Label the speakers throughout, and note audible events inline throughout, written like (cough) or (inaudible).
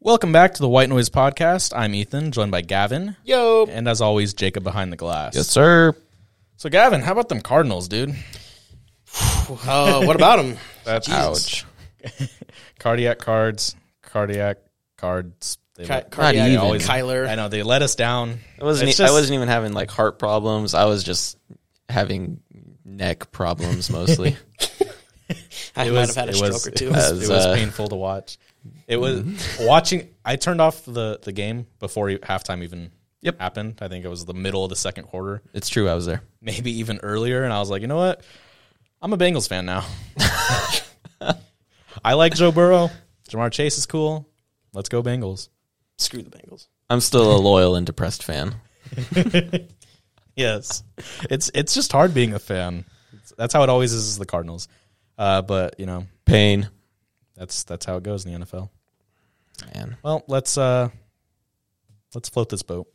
Speaker 1: Welcome back to the White Noise Podcast. I'm Ethan, joined by Gavin,
Speaker 2: Yo.
Speaker 1: and as always, Jacob behind the glass.
Speaker 3: sir.
Speaker 1: So, Gavin, how about them Cardinals, dude?
Speaker 2: Uh, what about
Speaker 1: (laughs)
Speaker 2: him?
Speaker 1: That's
Speaker 3: Ouch.
Speaker 1: (laughs) Cardiac cards, cardiac cards. They
Speaker 2: Ki-
Speaker 1: let-
Speaker 2: Cardiac,
Speaker 3: even.
Speaker 2: Kyler. e-
Speaker 1: I know they let us down.
Speaker 3: I wasn't. e-,
Speaker 1: It's
Speaker 3: I
Speaker 1: just-
Speaker 3: wasn't even having like heart problems. I was just having neck problems (laughs) mostly.
Speaker 2: I
Speaker 1: it
Speaker 2: might
Speaker 1: was-
Speaker 2: have had a
Speaker 1: it
Speaker 2: stroke
Speaker 1: was-
Speaker 2: or
Speaker 1: It (laughs)
Speaker 2: two. Mm-hmm.
Speaker 1: was,
Speaker 3: As,
Speaker 1: it was
Speaker 3: uh,
Speaker 1: painful to watch. It was watching. I turned off the the game before e- halftime even
Speaker 3: Yep.
Speaker 1: happened. I think it was the middle of the second quarter,
Speaker 3: it's true. I was there.
Speaker 1: maybe even earlier. And I was like, you know what? I'm a Bengals fan now. I like Joe Burrow. Jamar Chase is cool. Let's go Bengals.
Speaker 2: Screw the Bengals.
Speaker 3: I'm still a loyal and depressed fan.
Speaker 1: Yes, it's it's just hard being a fan. It's- That's how it always is. is The Cardinals, uh, but you know
Speaker 3: Pain,
Speaker 1: that's that's how it goes in the NFL.
Speaker 3: man.
Speaker 1: Well, let's uh let's float this boat.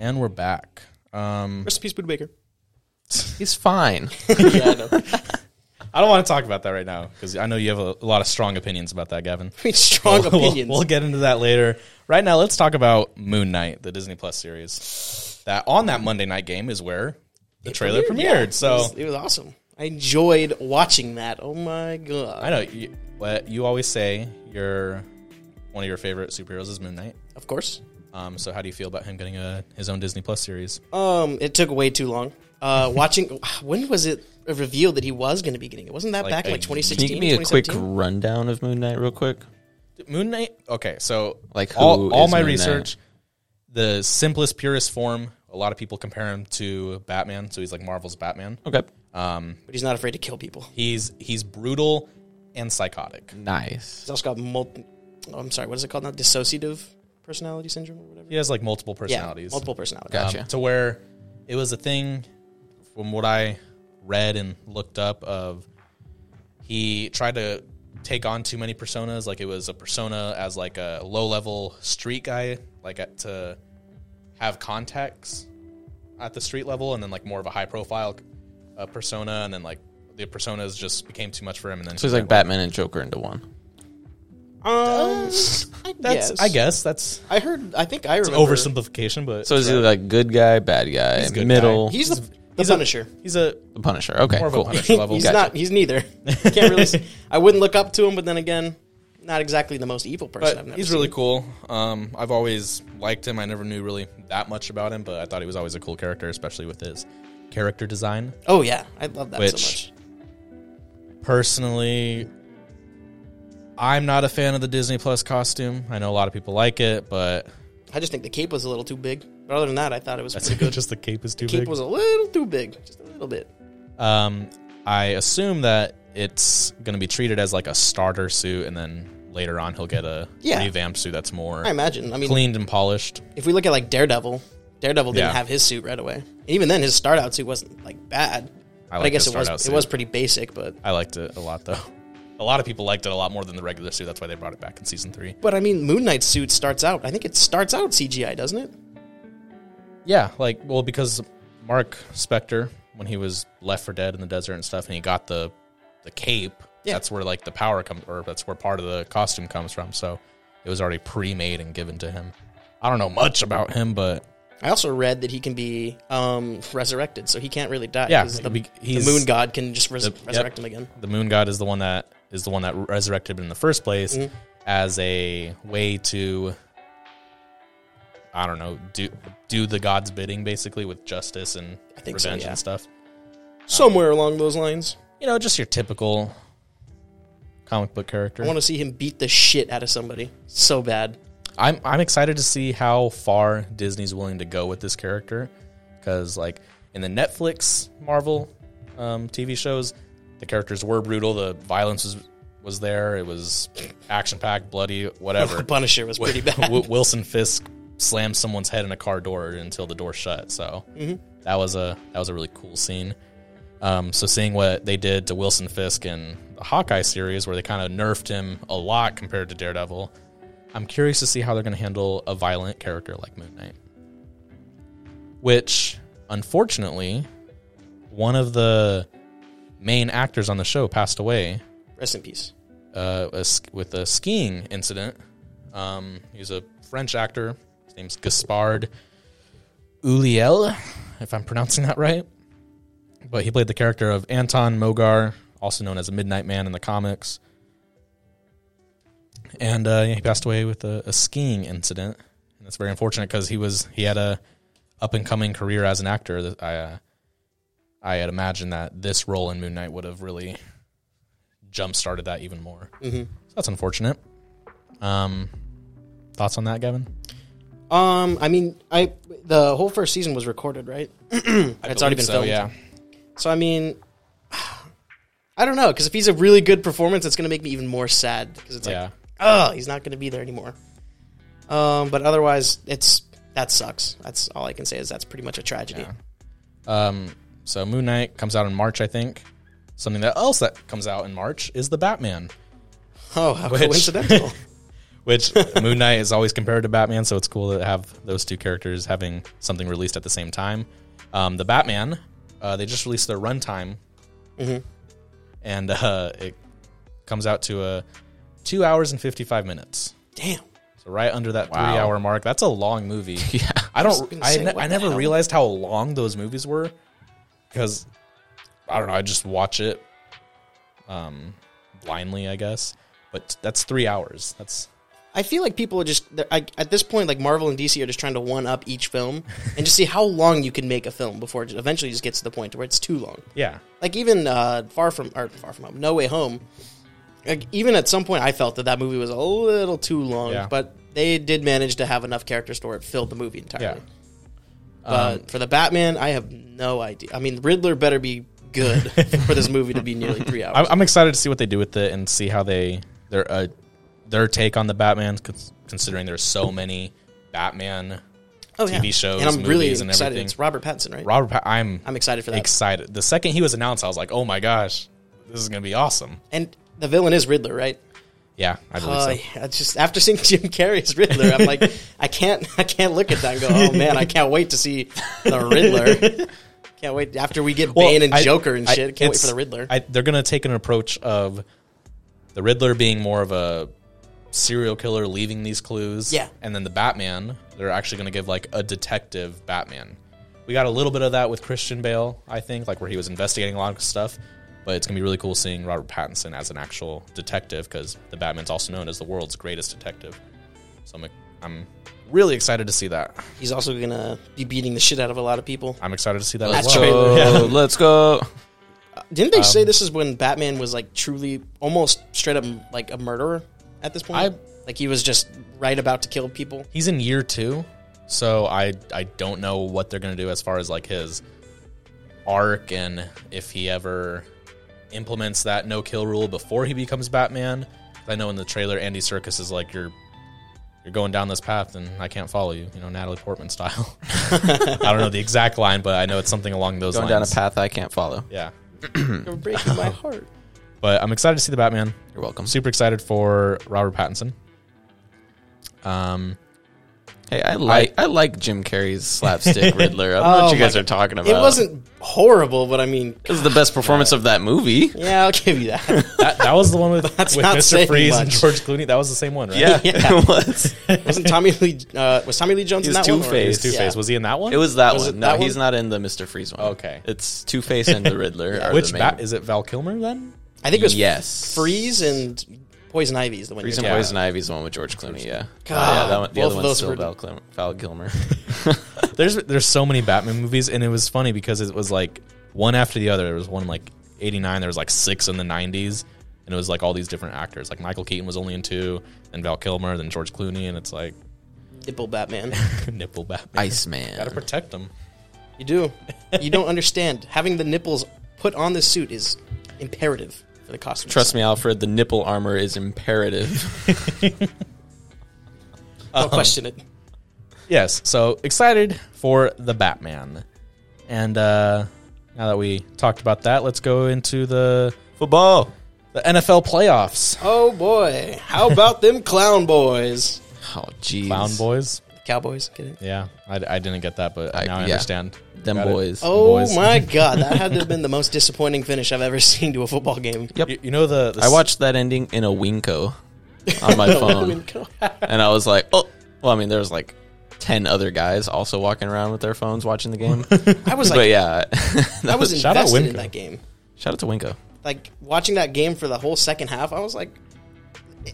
Speaker 1: And we're back. Um,
Speaker 2: Rest in peace,
Speaker 1: (laughs)
Speaker 2: Bud Baker.
Speaker 3: He's fine.
Speaker 2: yeah, I know. (laughs) I
Speaker 1: I don't want to talk about that right now because I know you have a, a lot of strong opinions about that, Gavin.
Speaker 2: mean, strong
Speaker 1: We'll-
Speaker 2: opinions.
Speaker 1: We'll, get into that later. Right now, let's talk about Moon Knight, the Disney Plus series. That on that Monday night game is where the trailer premiered.
Speaker 2: Yeah, it
Speaker 1: so
Speaker 2: was- it was, awesome. I enjoyed watching that. Oh my god!
Speaker 1: I know you, what you always say your one of your favorite superheroes is Moon Knight.
Speaker 2: Of course.
Speaker 1: Um, so how do you feel about him getting a, his own Disney Plus series?
Speaker 2: Um, it took way too long.
Speaker 1: (laughs)
Speaker 2: Uh, watching when was it revealed that he was going to be getting it? Wasn't that
Speaker 1: Like
Speaker 2: back in
Speaker 1: a
Speaker 2: like
Speaker 1: year.
Speaker 3: Can you
Speaker 2: 2016?
Speaker 3: give me a quick
Speaker 2: 2017?
Speaker 3: rundown of Moon Knight, real quick?
Speaker 1: Moon Knight. Okay, so
Speaker 3: Like, who
Speaker 1: all, all
Speaker 3: is
Speaker 1: my
Speaker 3: Moon Knight?
Speaker 1: research, the simplest, purest form. A lot of people compare him to Batman, so he's like Marvel's Batman.
Speaker 3: Okay.
Speaker 2: But he's not afraid to kill people.
Speaker 1: He's he's brutal and psychotic.
Speaker 3: Nice.
Speaker 2: He's also got multi. Oh, I'm sorry. What is it called now? Dissociative personality syndrome or whatever.
Speaker 1: He has like multiple
Speaker 2: Yeah,
Speaker 1: personalities.
Speaker 2: multiple personalities.
Speaker 1: Um,
Speaker 3: Gotcha.
Speaker 1: to where it was a thing from what I read and looked up of he tried to take on too many personas like it was a persona as like a low level street guy like at, to have contacts at the street level and then like more of a high profile uh, persona and then like the personas just became too much for him and then
Speaker 3: So he's like Batman and Joker into one.
Speaker 2: Um, I
Speaker 1: that's
Speaker 2: guess.
Speaker 1: I guess that's
Speaker 2: I heard. I think I remember.
Speaker 1: oversimplification but
Speaker 3: So is he like good guy, bad guy,
Speaker 1: a good
Speaker 3: middle,
Speaker 2: He's the, the
Speaker 1: he's a-
Speaker 2: Punisher.
Speaker 1: he's a
Speaker 3: the Punisher? Okay,
Speaker 1: more of a
Speaker 3: cool.
Speaker 1: Punisher level
Speaker 2: he's
Speaker 1: guy.
Speaker 2: not. He's neither.
Speaker 1: (laughs)
Speaker 2: Can't really. s- I wouldn't look up to him, but then again, not exactly the most evil person. I've
Speaker 1: But
Speaker 2: never
Speaker 1: he's
Speaker 2: seen.
Speaker 1: really cool. Um, I've always liked him. I never knew really that much about him, but I thought he was always a cool character, especially with his character design.
Speaker 2: Oh yeah, I love that so
Speaker 1: Which-
Speaker 2: much.
Speaker 1: Personally, I'm not a fan of the Disney Plus costume. I know a lot of people like it, but
Speaker 2: I just think the cape was a little too big. But other than that, I thought it was
Speaker 1: that's
Speaker 2: pretty
Speaker 1: (laughs)
Speaker 2: good.
Speaker 1: just the cape is too
Speaker 2: cape
Speaker 1: big.
Speaker 2: was a little too big, just a little bit.
Speaker 1: Um, I assume that it's going to be treated as like a starter suit, and then later on he'll get a
Speaker 2: Yeah.
Speaker 1: revamped suit that's more
Speaker 2: I imagine. I mean,
Speaker 1: cleaned and polished.
Speaker 2: if we look at like Daredevil, Daredevil didn't
Speaker 1: Yeah.
Speaker 2: have his suit right away. And even then, his start out suit wasn't like bad.
Speaker 1: I
Speaker 2: but I
Speaker 1: like
Speaker 2: guess
Speaker 1: his
Speaker 2: it was.
Speaker 1: start-out
Speaker 2: It
Speaker 1: suit.
Speaker 2: was pretty basic, but
Speaker 1: I liked it a lot, though. A lot of people liked it a lot more than the regular suit. That's why they brought it back in season three.
Speaker 2: but I mean, Moon Knight's suit starts out. I think it starts out CGI, doesn't it?
Speaker 1: Yeah, like well, because Mark Spector, when he was left for dead in the desert and stuff, and he got the the cape.
Speaker 2: Yeah.
Speaker 1: That's where like the power comes, or that's where part of the costume comes from. So it was already pre-made and given to him. I don't know much about him, but
Speaker 2: I also read that he can be um, resurrected, so he can't really die.
Speaker 1: Yeah,
Speaker 2: 'cause
Speaker 1: he
Speaker 2: the,
Speaker 1: be-
Speaker 2: the
Speaker 1: he's-
Speaker 2: moon god can just res-
Speaker 1: The- yep.
Speaker 2: resurrect him again.
Speaker 1: the Moon God is the one that is the one that resurrected him in the first place
Speaker 2: Mm-hmm.
Speaker 1: as a way to. I don't know, do do the god's bidding basically with justice and
Speaker 2: I think so,
Speaker 1: revenge
Speaker 2: yeah.
Speaker 1: and stuff.
Speaker 2: Somewhere along those lines,
Speaker 1: you know, just your typical comic book character.
Speaker 2: I want to see him beat the shit out of somebody so bad.
Speaker 1: I'm I'm excited to see how far Disney's willing to go with this character, because like in the Netflix Marvel um, TV shows, the characters were brutal. The violence was was there. It was action packed, bloody,
Speaker 2: (laughs) The
Speaker 1: whatever.
Speaker 2: Punisher was
Speaker 1: (laughs)
Speaker 2: pretty bad.
Speaker 1: Wi- Wilson Fisk slammed someone's head in a car door until the door shut. So
Speaker 2: Mm-hmm.
Speaker 1: that was a that was a really cool scene. Um, so seeing what they did to Wilson Fisk in the Hawkeye series, where they kind of nerfed him a lot compared to Daredevil, I'm curious to see how they're going to handle a violent character like Moon Knight. Which, unfortunately, one of the main actors on the show passed away
Speaker 2: Rest in peace.
Speaker 1: uh, a sk- with a skiing incident. Um, he's a French actor. His name's Gaspard Ulliel, if I'm pronouncing that right. But he played the character of Anton Mogar, also known as a Midnight Man in the comics. And uh, yeah, he passed away with a, a skiing incident, and that's very unfortunate because he was he had a up and coming career as an actor. That I uh, I had imagined that this role in Moon Knight would have really jump started that even more.
Speaker 2: Mm-hmm.
Speaker 1: So that's unfortunate. Um, thoughts on that, Gavin?
Speaker 2: Um, I mean, I the whole first season was recorded, right? (clears throat) it's already been
Speaker 1: so,
Speaker 2: filmed.
Speaker 1: Yeah,
Speaker 2: So I mean, (sighs) I don't know because if he's a really good performance, it's going to make me even more sad because it's
Speaker 1: yeah.
Speaker 2: like, oh, he's not going to be there anymore. Um, but otherwise, it's that sucks. That's all I can say is that's pretty much a tragedy.
Speaker 1: Yeah. Um, so Moon Knight comes out in March, I think. Something that else that comes out in March is the Batman,
Speaker 2: Oh, how
Speaker 1: Which- (laughs)
Speaker 2: coincidental! (laughs)
Speaker 1: which Moon Knight is always compared to Batman, so it's cool to have those two characters having something released at the same time. Um, the Batman, uh, they just released their runtime,
Speaker 2: Mm-hmm.
Speaker 1: and uh, it comes out to uh, two hours and fifty five minutes.
Speaker 2: Damn.
Speaker 1: So right under that
Speaker 3: Wow.
Speaker 1: three hour mark. That's a long
Speaker 2: (laughs)
Speaker 1: movie.
Speaker 3: (laughs) Yeah.
Speaker 1: I don't.
Speaker 2: gonna
Speaker 1: I,
Speaker 2: say,
Speaker 1: ne-
Speaker 2: what
Speaker 1: I
Speaker 2: the
Speaker 1: never
Speaker 2: hell?
Speaker 1: realized how long those movies were because I don't know. I just watch it um, blindly, I guess. But that's three hours. That's
Speaker 2: I feel like people are just they're- I, at this point, like Marvel and DC are just trying to one up each film and just see how long you can make a film before it eventually just gets to the point to where it's too long.
Speaker 1: yeah,
Speaker 2: Like even uh, Far from or Far from Home, No Way Home. Like even at some point, I felt that that movie was a little too long,
Speaker 1: Yeah.
Speaker 2: but they did manage to have enough characters to where it filled the movie
Speaker 1: yeah.
Speaker 2: entirely. But
Speaker 1: Um,
Speaker 2: for the Batman, I have no idea. I mean, Riddler better be
Speaker 1: (laughs)
Speaker 2: good for this movie to be nearly three hours.
Speaker 1: I'm, I'm excited to see what they do with it and see how they their uh, their take on the Batman, cons- considering there's so many Batman.
Speaker 2: oh,
Speaker 1: TV shows,
Speaker 2: and I'm really
Speaker 1: movies, and
Speaker 2: excited.
Speaker 1: everything.
Speaker 2: It's Robert Pattinson, right?
Speaker 1: Robert, Pa- I'm
Speaker 2: I'm excited for that.
Speaker 1: excited. The second he was announced, I was like, oh my gosh, this is gonna be awesome.
Speaker 2: and the villain is Riddler, right?
Speaker 1: Yeah, I believe
Speaker 2: Uh,
Speaker 1: so.
Speaker 2: yeah, it's just after seeing (laughs) Jim Carrey's Riddler, I'm like, I can't, I can't look at that and go, oh man, I can't wait to see the
Speaker 1: (laughs)
Speaker 2: Riddler. Can't wait after we get Bane and
Speaker 1: I-
Speaker 2: Joker and
Speaker 1: I-
Speaker 2: shit. Can't wait
Speaker 1: it's-
Speaker 2: for the Riddler.
Speaker 1: I, they're gonna take an approach of the Riddler being more of a serial killer, leaving these clues.
Speaker 2: Yeah.
Speaker 1: and then the Batman, they're actually gonna give like a detective Batman. We got a little bit of that with Christian Bale, I think, like where he was investigating a lot of stuff. But it's gonna be really cool seeing Robert Pattinson as an actual detective because the Batman's also known as the world's greatest detective. So I'm, I'm really excited to see that.
Speaker 2: He's also gonna be beating the shit out of a lot of people.
Speaker 1: I'm excited to see that
Speaker 2: That's
Speaker 1: as well.
Speaker 2: true.
Speaker 3: Oh,
Speaker 1: (laughs) Yeah.
Speaker 3: let's go.
Speaker 2: Didn't they
Speaker 3: Um,
Speaker 2: say this is when Batman was like truly, almost straight up like a murderer at this point?
Speaker 1: I-
Speaker 2: like he was just right about to kill people.
Speaker 1: he's in year two, so I I don't know what they're gonna do as far as like his arc and if he ever implements that no kill rule before he becomes Batman. I know in the trailer Andy Circus is like you're you're going down this path and I can't follow you, you know, Natalie Portman style. (laughs) I don't know the exact line, but I know it's something along those
Speaker 3: Going down a
Speaker 1: lines.
Speaker 3: path I can't follow.
Speaker 1: Yeah.
Speaker 2: You're breaking (laughs) my heart.
Speaker 1: But I'm excited to see the Batman.
Speaker 3: You're welcome.
Speaker 1: I'm super excited for Robert Pattinson. Um
Speaker 3: Hey, I like I, like Jim
Speaker 2: (laughs)
Speaker 3: Carrey's slapstick Riddler. I don't know
Speaker 2: Oh
Speaker 3: what
Speaker 2: my
Speaker 3: you guys are talking about.
Speaker 2: It wasn't horrible, but I mean,
Speaker 3: It was the
Speaker 2: (sighs)
Speaker 3: best performance of that movie.
Speaker 2: yeah, I'll give you
Speaker 3: (laughs)
Speaker 2: that.
Speaker 1: that, that was the one with, with
Speaker 2: not
Speaker 1: Mr.
Speaker 2: saying
Speaker 1: Freeze and
Speaker 2: much.
Speaker 1: George Clooney. That was the same one, right?
Speaker 2: Yeah.
Speaker 3: (laughs) it was.
Speaker 2: Wasn't Tommy Lee? Uh, was Tommy Lee Jones
Speaker 3: He
Speaker 2: in
Speaker 3: was
Speaker 2: that one? or-
Speaker 3: Two-Faced.
Speaker 1: He's Two Face.
Speaker 2: Yeah.
Speaker 1: Was he in that one?
Speaker 3: It was
Speaker 2: (laughs)
Speaker 3: that
Speaker 2: Was
Speaker 3: one.
Speaker 2: it
Speaker 3: no,
Speaker 2: that
Speaker 3: he's
Speaker 2: one?
Speaker 3: not in the Mister Freeze one.
Speaker 1: Okay.
Speaker 3: it's Two Face and
Speaker 2: (laughs)
Speaker 3: the Riddler. are
Speaker 1: Which
Speaker 3: the
Speaker 1: bat
Speaker 3: main-
Speaker 1: is it? Val Kilmer then?
Speaker 2: I think it was
Speaker 3: yes,
Speaker 2: Freeze and Poison Ivy is the one.
Speaker 3: Freeze
Speaker 2: you're
Speaker 3: and
Speaker 1: Yeah.
Speaker 3: Poison Ivy's the one with George Clooney. Yeah,
Speaker 2: God,
Speaker 3: yeah. That one, the
Speaker 2: both
Speaker 3: other
Speaker 2: of
Speaker 3: one's
Speaker 2: those
Speaker 3: still
Speaker 2: were-
Speaker 3: Val, Clim-
Speaker 2: (laughs)
Speaker 3: Val Kilmer.
Speaker 1: There's there's so many Batman movies, and it was funny because it was like one after the other. There was one in like '89. There was like six in the '90s, and it was like all these different actors. Like Michael Keaton was only in two, then Val Kilmer, then George Clooney, and it's like (laughs)
Speaker 2: Nipple Batman.
Speaker 3: (laughs)
Speaker 1: nipple Batman. Gotta
Speaker 3: Iceman.
Speaker 1: protect them.
Speaker 2: You do. You don't understand. Having the nipples put on the suit is imperative for the costume.
Speaker 3: Trust me, Alfred. The nipple armor is imperative.
Speaker 2: Don't question it.
Speaker 1: Yes. So excited for the Batman, and uh, now that we talked about that, let's go into the
Speaker 3: Football.
Speaker 1: the NFL playoffs.
Speaker 2: (laughs) Oh boy, how about them clown boys?
Speaker 3: (laughs) Oh, jeez.
Speaker 1: Clown boys.
Speaker 2: Cowboys, get it?
Speaker 1: Yeah, I, I didn't get that, but
Speaker 3: I-
Speaker 1: now I
Speaker 3: yeah.
Speaker 1: understand.
Speaker 3: Them
Speaker 1: Got it.
Speaker 3: boys.
Speaker 2: Oh
Speaker 1: Boys.
Speaker 2: my god, that had to have been the most disappointing finish I've ever (laughs) seen to a football game.
Speaker 3: Yep.
Speaker 1: You, you know the, the
Speaker 3: I watched that ending in a winko
Speaker 2: (laughs)
Speaker 3: on my phone, and I was like, oh. Well, I mean, there was like ten other guys also walking around with their phones watching
Speaker 1: (laughs)
Speaker 3: the game.
Speaker 2: I was
Speaker 3: but
Speaker 2: like,
Speaker 3: yeah, (laughs)
Speaker 2: I was
Speaker 1: Shout out
Speaker 2: invested in
Speaker 1: Winco.
Speaker 2: that game.
Speaker 3: shout out to Winko.
Speaker 2: Like watching that game for the whole second half, I was like,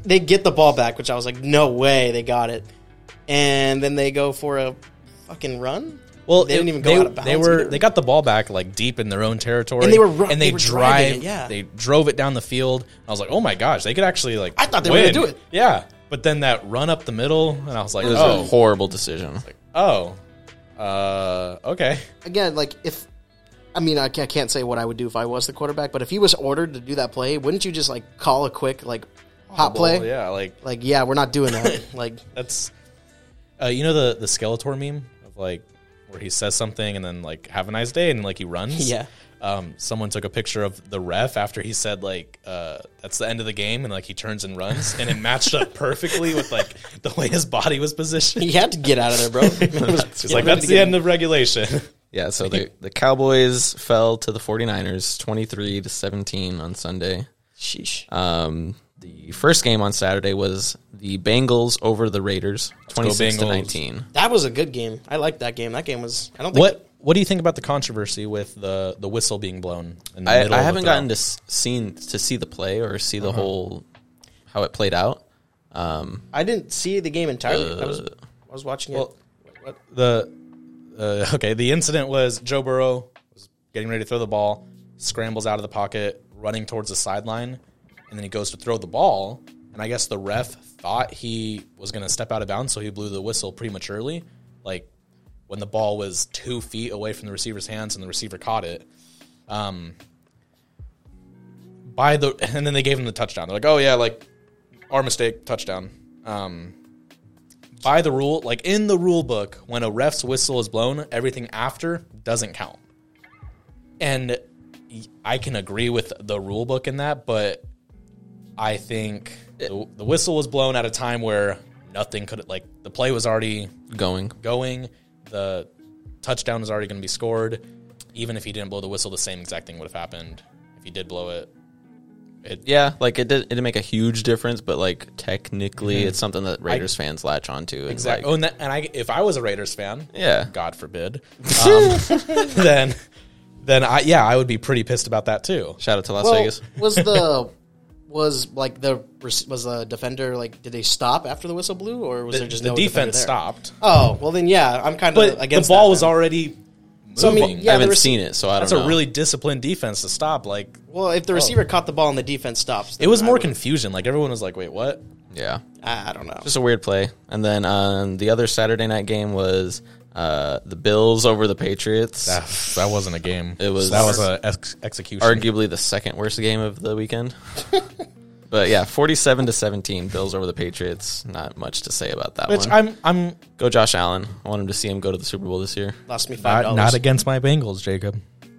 Speaker 2: they get the ball back, which I was like, no way, they got it, and then they go for a fucking run.
Speaker 1: Well,
Speaker 2: They didn't
Speaker 1: it-
Speaker 2: even go out of
Speaker 1: They
Speaker 2: bounds
Speaker 1: were
Speaker 2: either.
Speaker 1: they got the ball back like deep in their own territory,
Speaker 2: And they were ru-
Speaker 1: and they,
Speaker 2: they were driving
Speaker 1: drive
Speaker 2: it, yeah.
Speaker 1: they drove it down the field. I was like, oh my gosh, they could actually like
Speaker 2: I thought they were gonna
Speaker 1: win.
Speaker 2: do it.
Speaker 1: yeah. But then that run up the middle, and I was like,
Speaker 3: It was a
Speaker 1: oh,
Speaker 3: horrible decision.
Speaker 1: oh, uh, okay,
Speaker 2: Again, like if. I mean, I ca- I can't say what I would do if I was the quarterback, but if he was ordered to do that play, wouldn't you just like call a quick like hot
Speaker 1: Well,
Speaker 2: play?
Speaker 1: yeah, like
Speaker 2: Like, yeah, we're not doing (laughs) that. like,
Speaker 1: that's uh, you know the the Skeletor meme of like where he says something and then like have a nice day and like he runs.
Speaker 3: (laughs)
Speaker 2: Yeah.
Speaker 1: Um, someone took a picture of the ref after he said like uh, that's the end of the game and like he turns and runs and it matched up perfectly with like the way his body was
Speaker 3: (laughs)
Speaker 1: positioned.
Speaker 2: you had to get out of there, bro.
Speaker 1: It's like that's the end of regulation.
Speaker 3: Yeah, so the, the Cowboys fell to the 49ers 23 to 17 on Sunday.
Speaker 2: Sheesh.
Speaker 3: Um, the first game on Saturday was the Bengals over the Raiders 26 to
Speaker 1: Bengals.
Speaker 3: 19.
Speaker 2: That was a good game. I liked that game. That game was. I don't think.
Speaker 1: (laughs) What what do you think about the controversy with the the whistle being blown? In the
Speaker 3: I,
Speaker 1: middle
Speaker 3: I
Speaker 1: of a
Speaker 3: haven't
Speaker 1: throw? Uh-huh.
Speaker 3: gotten to s- seen to see the play or see the whole how it played out.
Speaker 2: I didn't see the game entirely. I
Speaker 1: Uh,
Speaker 2: was. I was watching it.
Speaker 1: the uh, (laughs) okay the incident was joe burrow was getting ready to throw the ball scrambles out of the pocket running towards the sideline and then he goes to throw the ball and i guess the ref thought he was going to step out of bounds so he blew the whistle prematurely like when the ball was two feet away from the receiver's hands and the receiver caught it um by the (laughs) and then they gave him the touchdown they're like oh yeah like our mistake touchdown um by the rule, like in the rule book, when a ref's whistle is blown, everything after doesn't count. And y- I can agree with the rule book in that, but I think the, the whistle was blown at a time where nothing could like the play was already
Speaker 3: Going,
Speaker 1: going, the touchdown was already going to be scored. Even if he didn't blow the whistle, the same exact thing would have happened. If he did blow it,
Speaker 3: yeah, like it did. It didn't make a huge difference, but like technically, it's something that Raiders fans latch onto.
Speaker 1: Exactly.
Speaker 3: Exactly.
Speaker 1: oh, and, that, and I, if I was a Raiders fan,
Speaker 3: Yeah.
Speaker 1: God
Speaker 3: (laughs)
Speaker 1: forbid, um, then, then I, yeah, I would be pretty pissed about that too.
Speaker 3: Shout out to Las
Speaker 2: Well,
Speaker 3: Vegas.
Speaker 1: (laughs)
Speaker 2: was the was like the rec- was the defender like? Did they stop after the whistle blew, or was
Speaker 1: The,
Speaker 2: there just
Speaker 1: the
Speaker 2: no defender
Speaker 1: defense
Speaker 2: there?
Speaker 1: stopped,
Speaker 2: Oh well, then yeah, I'm kind
Speaker 1: but
Speaker 2: of against.
Speaker 1: the ball
Speaker 2: that
Speaker 1: was
Speaker 2: then.
Speaker 1: already moving.
Speaker 2: So, I mean, yeah,
Speaker 3: I
Speaker 2: the
Speaker 3: haven't
Speaker 2: rec-
Speaker 3: seen it, so I don't
Speaker 1: That's
Speaker 3: know.
Speaker 1: a really disciplined defense to stop. Like
Speaker 2: Well, if the receiver caught the ball and the defense stops,
Speaker 1: Oh. it
Speaker 2: then
Speaker 1: was
Speaker 2: I
Speaker 1: more
Speaker 2: would-
Speaker 1: confusion. Like everyone was like, "Wait,
Speaker 3: (sighs)
Speaker 1: what?"
Speaker 3: yeah.
Speaker 2: I I don't know.
Speaker 3: just a weird play. And then um, the other Saturday night game was uh, the Bills over the Patriots.
Speaker 1: that wasn't a game. It
Speaker 3: was-
Speaker 1: that was a ex- execution.
Speaker 3: Arguably the second worst game of the weekend. but yeah, forty-seven to seventeen, Bills over the Patriots. Not much to say about that
Speaker 1: Which
Speaker 3: one.
Speaker 1: I'm I'm
Speaker 3: go Josh Allen. I want him to see him go to the Super Bowl this year.
Speaker 2: Lost me
Speaker 1: not,
Speaker 2: five dollars.
Speaker 1: not against my Bengals, Jacob.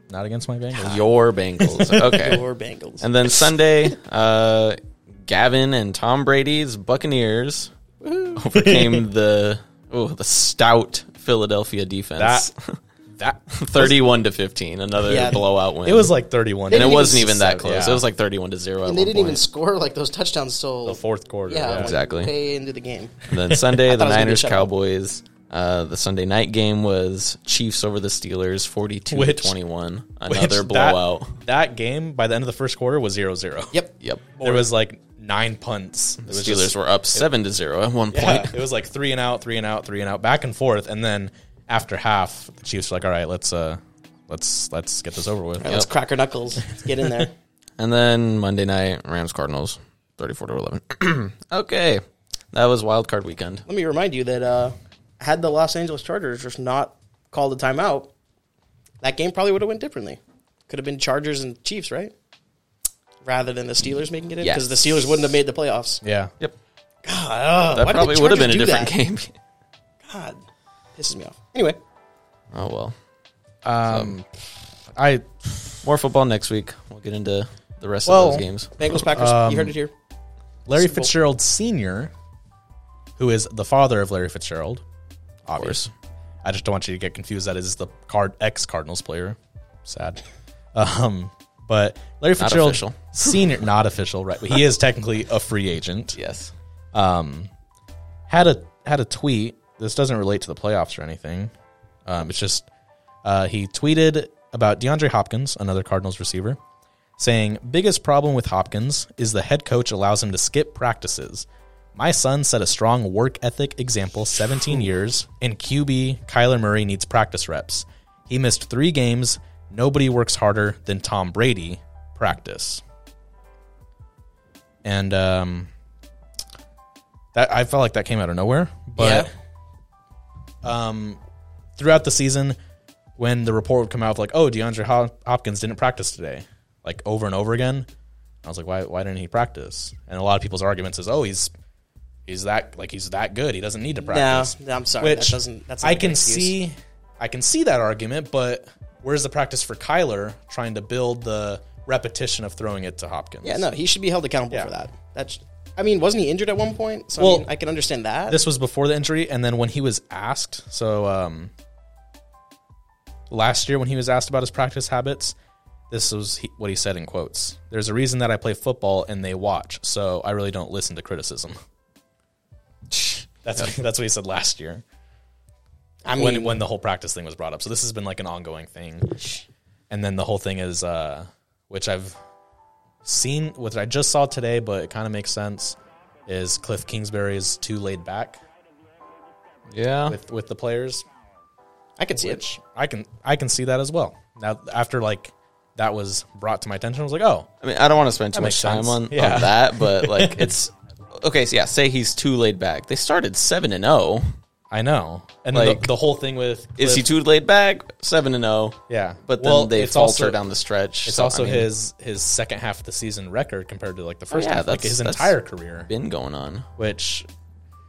Speaker 1: Not against my
Speaker 3: (laughs)
Speaker 1: Bengals.
Speaker 3: Your
Speaker 2: (laughs)
Speaker 3: Bengals, okay.
Speaker 2: Or Bengals.
Speaker 3: and then Sunday, uh, Gavin and Tom Brady's Buccaneers
Speaker 2: (laughs)
Speaker 3: overcame the oh the stout Philadelphia defense. (laughs)
Speaker 1: That that
Speaker 3: 31 to 15 another
Speaker 2: Yeah.
Speaker 3: blowout win
Speaker 1: it was like thirty-one.
Speaker 3: and it
Speaker 2: didn't
Speaker 3: wasn't
Speaker 2: even
Speaker 3: even that
Speaker 2: s-
Speaker 3: close
Speaker 1: yeah.
Speaker 3: it was like 31 to 0
Speaker 2: and they didn't (laughs) even score like those touchdowns till
Speaker 1: the fourth quarter.
Speaker 2: yeah, like,
Speaker 3: Exactly.
Speaker 2: way into the game.
Speaker 3: and then sunday the
Speaker 2: thought it was gonna be a
Speaker 3: niners
Speaker 2: shutout.
Speaker 3: cowboys uh, the sunday night game was chiefs over the steelers 42
Speaker 1: Which-
Speaker 2: (laughs)
Speaker 3: to 21
Speaker 1: Which
Speaker 3: another
Speaker 1: that-
Speaker 3: blowout
Speaker 1: That, game by the end of the first quarter was 0 0.
Speaker 2: Yep.
Speaker 3: yep
Speaker 1: There was like nine punts. It
Speaker 3: the
Speaker 1: was
Speaker 3: steelers were up 7 to 0 at one
Speaker 1: yeah,
Speaker 3: point
Speaker 1: it was like three and out, three and out, three and out, back and forth. And then after half, the Chiefs were like, all right, let's uh let's let's get this over with.
Speaker 2: Let's crack our knuckles. Let's get in there.
Speaker 1: (laughs)
Speaker 3: and then monday night rams cardinals 34 to 11 (clears throat) okay that was wild card weekend
Speaker 2: Let me remind you that uh, had the Los Angeles Chargers just not called a timeout, that game probably would have went differently. Could have been Chargers and Chiefs, right? Rather than the Steelers making it in, because the Steelers wouldn't have made the playoffs.
Speaker 1: Yeah.
Speaker 3: yep
Speaker 2: God,
Speaker 3: that probably would have been a different
Speaker 2: game.
Speaker 3: game (laughs)
Speaker 2: God, pisses me off. Anyway,
Speaker 3: oh well
Speaker 1: Um I
Speaker 3: more football next week we'll get into the rest
Speaker 1: Well,
Speaker 3: of those games
Speaker 2: Bengals Packers. you heard it here.
Speaker 1: Larry
Speaker 2: Super Bowl.
Speaker 1: Fitzgerald Sr., who is the father of Larry Fitzgerald.
Speaker 3: Of course.
Speaker 1: I just don't want you to get confused. That is the card ex Cardinals player. Sad. Um, but Larry
Speaker 3: Not
Speaker 1: Fitzgerald,
Speaker 3: official.
Speaker 1: senior, not official, right? He is technically a free
Speaker 3: (laughs)
Speaker 1: agent.
Speaker 3: Yes.
Speaker 1: Um, had a had a tweet. This doesn't relate to the playoffs or anything. Um, it's just uh, he tweeted about DeAndre Hopkins, another Cardinals receiver, saying, "Biggest problem with Hopkins is the head coach allows him to skip practices." My son set a strong work ethic example 17 years, and QB Kyler Murray needs practice reps. He missed three games. Nobody works harder than Tom Brady. Practice. And um, that I felt like that came out of nowhere. But um, throughout the season, when the report would come out of like, "Oh, DeAndre Hop- Hopkins didn't practice today," like over and over again, I was like, "Why? Why didn't he practice?" And a lot of people's arguments is, "Oh, he's he's that like he's that good. He doesn't need to
Speaker 2: No,
Speaker 1: practice."
Speaker 2: I'm sorry.
Speaker 1: Which
Speaker 2: that doesn't. That's not
Speaker 1: I
Speaker 2: a good
Speaker 1: can
Speaker 2: excuse.
Speaker 1: see, I can see that argument, but where's the practice for Kyler trying to build the repetition of throwing it to Hopkins?
Speaker 2: Yeah, no, he should be held accountable
Speaker 1: Yeah.
Speaker 2: for that. That's. I mean, wasn't he injured at one point? So I,
Speaker 1: Well,
Speaker 2: mean, I can understand that.
Speaker 1: this was before the injury and then when he was asked so um last year when he was asked about his practice habits this was he, what he said in quotes there's a reason that i play football and they watch so i really don't listen to criticism (laughs) that's what, that's what he said last year
Speaker 2: I mean,
Speaker 1: when when the whole practice thing was brought up so this has been like an ongoing thing and then the whole thing is uh which i've seen what i just saw today but it kind of makes sense is cliff kingsbury is too laid back
Speaker 3: Yeah.
Speaker 1: with with the players
Speaker 2: I could see
Speaker 1: (laughs)
Speaker 2: it.
Speaker 1: which I can I can see that as well. Now after like that was brought to my attention, I was like, oh,
Speaker 3: I mean, I don't want to spend too
Speaker 1: That
Speaker 3: much
Speaker 1: makes
Speaker 3: time
Speaker 1: sense.
Speaker 3: on,
Speaker 1: Yeah.
Speaker 3: on
Speaker 1: (laughs)
Speaker 3: that, but like it's okay. So yeah, say he's too laid back. They started seven and zero.
Speaker 1: I know. And then
Speaker 3: Like,
Speaker 1: the, the whole thing with
Speaker 3: Is he
Speaker 1: Cliff-
Speaker 3: too laid back? Seven and zero.
Speaker 1: Yeah,
Speaker 3: But then they
Speaker 1: it's
Speaker 3: falter
Speaker 1: also-
Speaker 3: down the stretch.
Speaker 1: It's
Speaker 3: so, I
Speaker 1: also
Speaker 3: mean, Oh,
Speaker 1: his his second half of the season record compared to like the first
Speaker 3: yeah,
Speaker 1: half, like
Speaker 3: that's-
Speaker 1: his
Speaker 3: that's-
Speaker 1: entire career.
Speaker 3: been going on.
Speaker 1: Which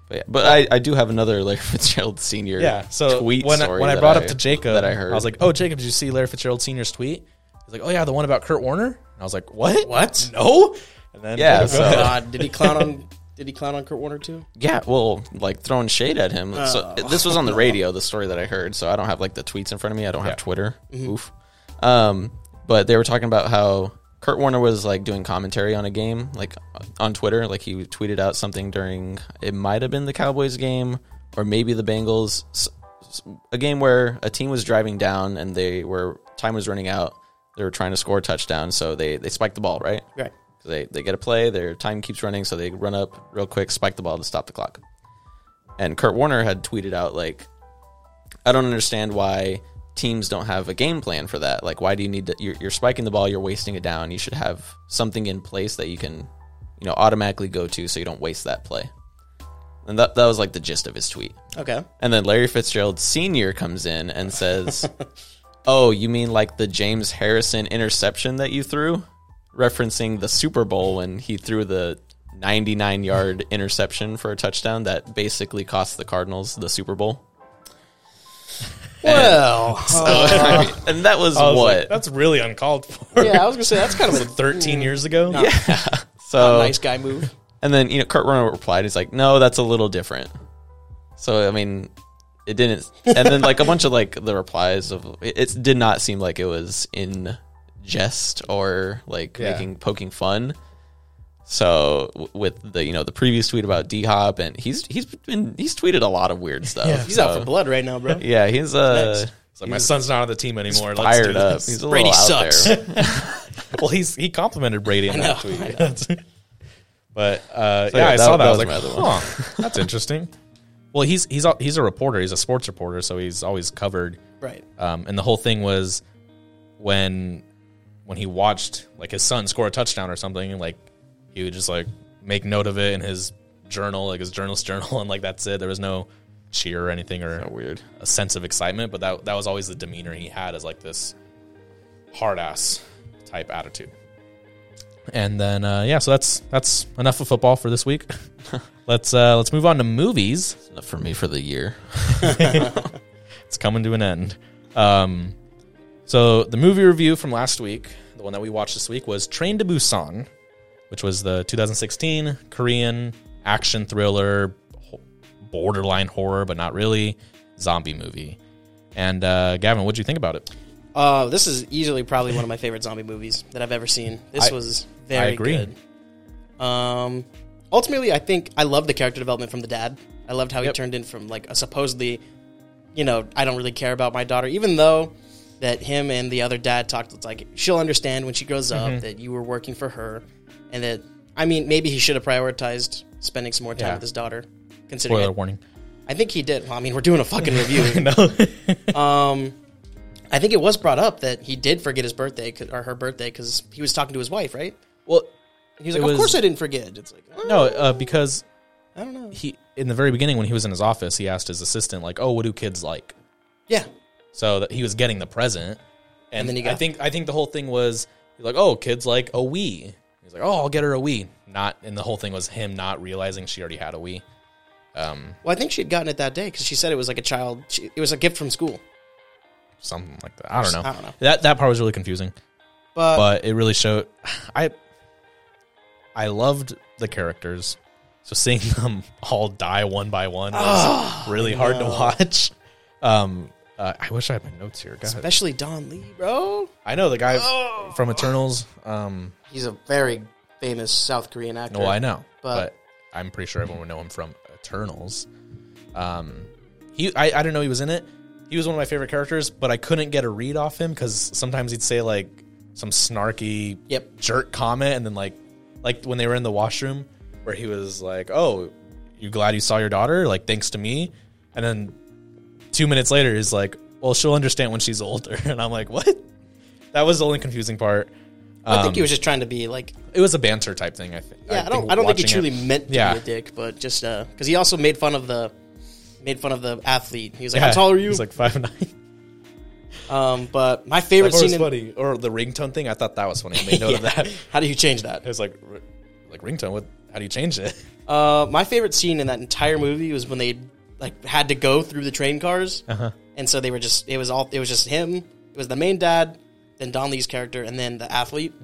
Speaker 3: But, yeah, but I, I do have another Larry (laughs) Fitzgerald senior.
Speaker 1: yeah, so
Speaker 3: tweet
Speaker 1: when I,
Speaker 3: story
Speaker 1: when I
Speaker 3: that
Speaker 1: brought up to Jacob,
Speaker 3: that I heard,
Speaker 1: was like, oh, Jacob, did you see Larry Fitzgerald Senior's tweet? He's like, oh yeah, the one about Kurt Warner. And I was like, what?
Speaker 2: What?
Speaker 1: No. And then
Speaker 3: Yeah,
Speaker 1: (laughs)
Speaker 3: so-
Speaker 2: God, did he clown on? Did he clown on Kurt Warner too?
Speaker 3: yeah, well, like throwing shade at him. so
Speaker 2: Oh.
Speaker 3: this was on the radio, the story that I heard. So I don't have like the tweets in front of me. I don't have Twitter. Oof. Um, but they were talking about how Kurt Warner was like doing commentary on a game, like on Twitter. Like he tweeted out something during it might have been the Cowboys game or maybe the Bengals, s- s- a game where a team was driving down and they were time was running out. They were trying to score a touchdown, so they they spiked the ball, right?
Speaker 2: Right.
Speaker 3: They they get a play, their time keeps running, so they run up real quick, spike the ball to stop the clock. And Kurt Warner had tweeted out like, "I don't understand why teams don't have a game plan for that. Like, why do you need to? You're, you're spiking the ball, you're wasting it down. You should have something in place that you can, you know, automatically go to, so you don't waste that play." And that that was like the gist of his tweet.
Speaker 2: Okay.
Speaker 3: And then Larry Fitzgerald Sr. comes in and says, (laughs) Oh, you mean like the James Harrison interception that you threw? Referencing the Super Bowl when he threw the 99 yard interception for a touchdown that basically cost the Cardinals the Super Bowl.
Speaker 2: Well,
Speaker 3: (laughs) I mean, and that was,
Speaker 1: Oh. I was
Speaker 3: what?
Speaker 1: like, that's really uncalled for.
Speaker 2: yeah, Hmm. I was gonna say that's
Speaker 3: (laughs)
Speaker 2: kind of a
Speaker 1: (laughs) Thirteen years ago.
Speaker 3: so,
Speaker 2: nice guy move.
Speaker 3: and then, you know, Kurt Warner replied, He's like, No, that's a little different. So, I mean, it didn't. And then, like, a bunch of like the replies of it, it did not seem like it was in jest or like
Speaker 1: Yeah.
Speaker 3: making poking fun. So w- with the you know the previous tweet about D Hop and he's he's been he's tweeted a lot of weird stuff. Yeah,
Speaker 2: He's out for blood right now, bro.
Speaker 3: yeah, he's uh
Speaker 1: It's like my son's not on the team anymore. Let's do
Speaker 3: fired up.
Speaker 1: this.
Speaker 3: He's a
Speaker 2: Brady
Speaker 3: little out
Speaker 1: (laughs)
Speaker 2: sucks.
Speaker 3: there.
Speaker 1: Well, he's he complimented Brady in that
Speaker 3: (laughs)
Speaker 1: tweet. but uh, yeah,
Speaker 3: yeah,
Speaker 1: I
Speaker 3: that-
Speaker 1: saw that.
Speaker 3: that
Speaker 1: I was
Speaker 3: was
Speaker 1: like,
Speaker 3: my other one. (laughs)
Speaker 1: huh, that's interesting. Well, he's he's a- he's a reporter. He's a sports reporter, so he's always covered.
Speaker 2: (laughs) Right.
Speaker 1: Um, and the whole thing was when when he watched like his son score a touchdown or something, like he would just like make note of it in his journal, like his journalist (laughs) journal, and like that's it. There was no cheer or anything or
Speaker 3: So weird.
Speaker 1: a sense of excitement, but that that was always the demeanor he had as like this hard ass type attitude. And then uh, yeah, so that's that's enough of football for this week. let's uh, let's move on to movies.
Speaker 3: It's enough for me for the year.
Speaker 1: It's coming to an end. Um, so the movie review from last week, the one that we watched this week, was Train to Busan, which was the 2016 Korean action thriller, ho- borderline horror, but not really zombie movie. And uh, Gavin, what'd you think about it?
Speaker 2: Uh, this is easily probably one of my favorite zombie movies that I've ever seen. This
Speaker 1: I-
Speaker 2: was very
Speaker 1: agree.
Speaker 2: good. Um, ultimately, I think I love the character development from the dad. I loved how
Speaker 1: Yep.
Speaker 2: he turned in from like a supposedly, you know, I don't really care about my daughter, even though that him and the other dad talked. It's like she'll understand when she grows
Speaker 1: Mm-hmm.
Speaker 2: up that you were working for her, and that I mean maybe he should have prioritized spending some more time
Speaker 1: Yeah.
Speaker 2: with his daughter. Considering
Speaker 1: Spoiler
Speaker 2: it-
Speaker 1: warning. (laughs)
Speaker 2: I think he did. Well, I mean, we're doing a fucking review.
Speaker 1: no.
Speaker 2: Um, I think it was brought up that he did forget his birthday 'cause- or her birthday because he was talking to his wife, right?
Speaker 1: well,
Speaker 2: And he was
Speaker 1: It
Speaker 2: like, "Of
Speaker 1: was-
Speaker 2: course I didn't forget." It's like, "Oh,
Speaker 1: no, uh, because
Speaker 2: I don't know.
Speaker 1: he in the very beginning when he was in his office, he asked his assistant like, "Oh, what do kids like?"
Speaker 2: Yeah,
Speaker 1: So that he was getting the present, and,
Speaker 2: then
Speaker 1: then
Speaker 2: he
Speaker 1: he
Speaker 2: got-
Speaker 1: I think I think the whole thing was like, "Oh, kids like a Wii." He's like, "Oh, I'll get her a Wii." Not, and the whole thing was him not realizing she already had a Wii.
Speaker 2: well, I think she'd gotten it that day because she said it was like a child. She, it was a gift from school,
Speaker 1: something like that. I don't know.
Speaker 2: I don't know.
Speaker 1: That that part was really confusing,
Speaker 2: but,
Speaker 1: but it really showed. I I loved the characters, so seeing (laughs) them all die one by one was really hard to watch. Um, uh, I wish I had my notes here. God,
Speaker 2: especially Don Lee, bro,
Speaker 1: I know the guy from Eternals. Um,
Speaker 2: he's a very famous South Korean actor.
Speaker 1: well, I know,
Speaker 2: But-
Speaker 1: but, I'm pretty sure everyone would know him from Eternals. Um, he I, I didn't know he was in it. He was one of my favorite characters, but I couldn't get a read off him because sometimes he'd say like some snarky
Speaker 2: Yep.
Speaker 1: jerk comment and then like like when they were in the washroom where he was like oh you glad you saw your daughter like thanks to me and then two minutes later he's like well she'll understand when she's older (laughs) and i'm like what that was the only confusing part
Speaker 2: I think he was just trying to be like,
Speaker 1: it was a banter type thing Um, i think
Speaker 2: yeah, I, don't, I don't think he
Speaker 1: watching
Speaker 2: truly
Speaker 1: it-
Speaker 2: meant to
Speaker 1: Yeah.
Speaker 2: be a dick, but just because he also made fun of the made fun of the athlete. He was like,
Speaker 1: yeah,
Speaker 2: "How tall are you?"
Speaker 1: he's like five
Speaker 2: (laughs)
Speaker 1: nine
Speaker 2: um, but my favorite
Speaker 1: that was
Speaker 2: scene in
Speaker 1: funny or the ringtone thing i thought that was funny
Speaker 2: (laughs)
Speaker 1: i made note of
Speaker 2: Yeah.
Speaker 1: that (laughs) it
Speaker 2: How do you change that?
Speaker 1: was like r- like ringtone what how do you change it
Speaker 2: Uh, my favorite scene in that entire movie was when they like had to go through the train cars,
Speaker 1: Uh-huh.
Speaker 2: and so they were just it was all it was just him. It was the main dad, then Don Lee's character, and then the athlete,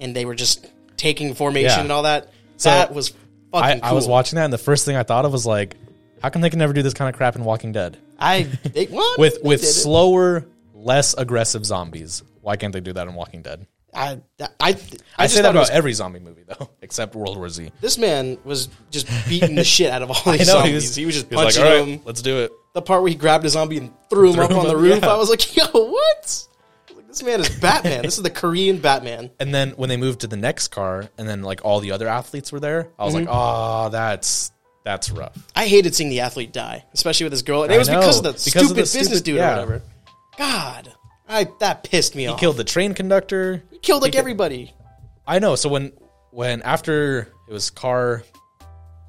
Speaker 2: and they were just taking formation
Speaker 1: Mm-hmm. Yeah.
Speaker 2: and all that.
Speaker 1: So,
Speaker 2: that was
Speaker 1: I,
Speaker 2: fucking
Speaker 1: (laughs)
Speaker 2: cool.
Speaker 1: I was watching that and the first thing i thought of was like how come they can never do this kind of crap in walking dead
Speaker 2: I
Speaker 1: (laughs)
Speaker 2: they, what?
Speaker 1: with
Speaker 2: They
Speaker 1: with
Speaker 2: did it.
Speaker 1: slower, less aggressive zombies. Why can't they do that in Walking Dead?
Speaker 2: I that- I, I,
Speaker 1: I,
Speaker 2: just
Speaker 1: say that
Speaker 2: thought it
Speaker 1: about
Speaker 2: was,
Speaker 1: every zombie movie though, (laughs) except World War Z.
Speaker 2: this man was
Speaker 1: (laughs)
Speaker 2: just beating the shit out of all these zombies. He was, just
Speaker 1: like,
Speaker 2: punching
Speaker 1: "All right,
Speaker 2: them.
Speaker 1: Let's do it.
Speaker 2: the part where he grabbed a zombie and threw him up on
Speaker 1: him
Speaker 2: the
Speaker 1: up,
Speaker 2: roof.
Speaker 1: yeah.
Speaker 2: I was like, (laughs) yo, what? Like, This man is Batman. this is the Korean Batman.
Speaker 1: And then when they moved to the next car, and then like all the other athletes were there, I was
Speaker 2: Mm-hmm.
Speaker 1: like, oh, that's that's rough.
Speaker 2: I hated seeing the athlete die, especially with this girl. And it was
Speaker 1: know.
Speaker 2: because of the
Speaker 1: Because of
Speaker 2: stupid
Speaker 1: the
Speaker 2: business
Speaker 1: stupid-
Speaker 2: dude
Speaker 1: yeah.
Speaker 2: or whatever. God, I that pissed me off.
Speaker 1: Killed the train conductor.
Speaker 2: He killed like everybody.
Speaker 1: I know. So when when after it was car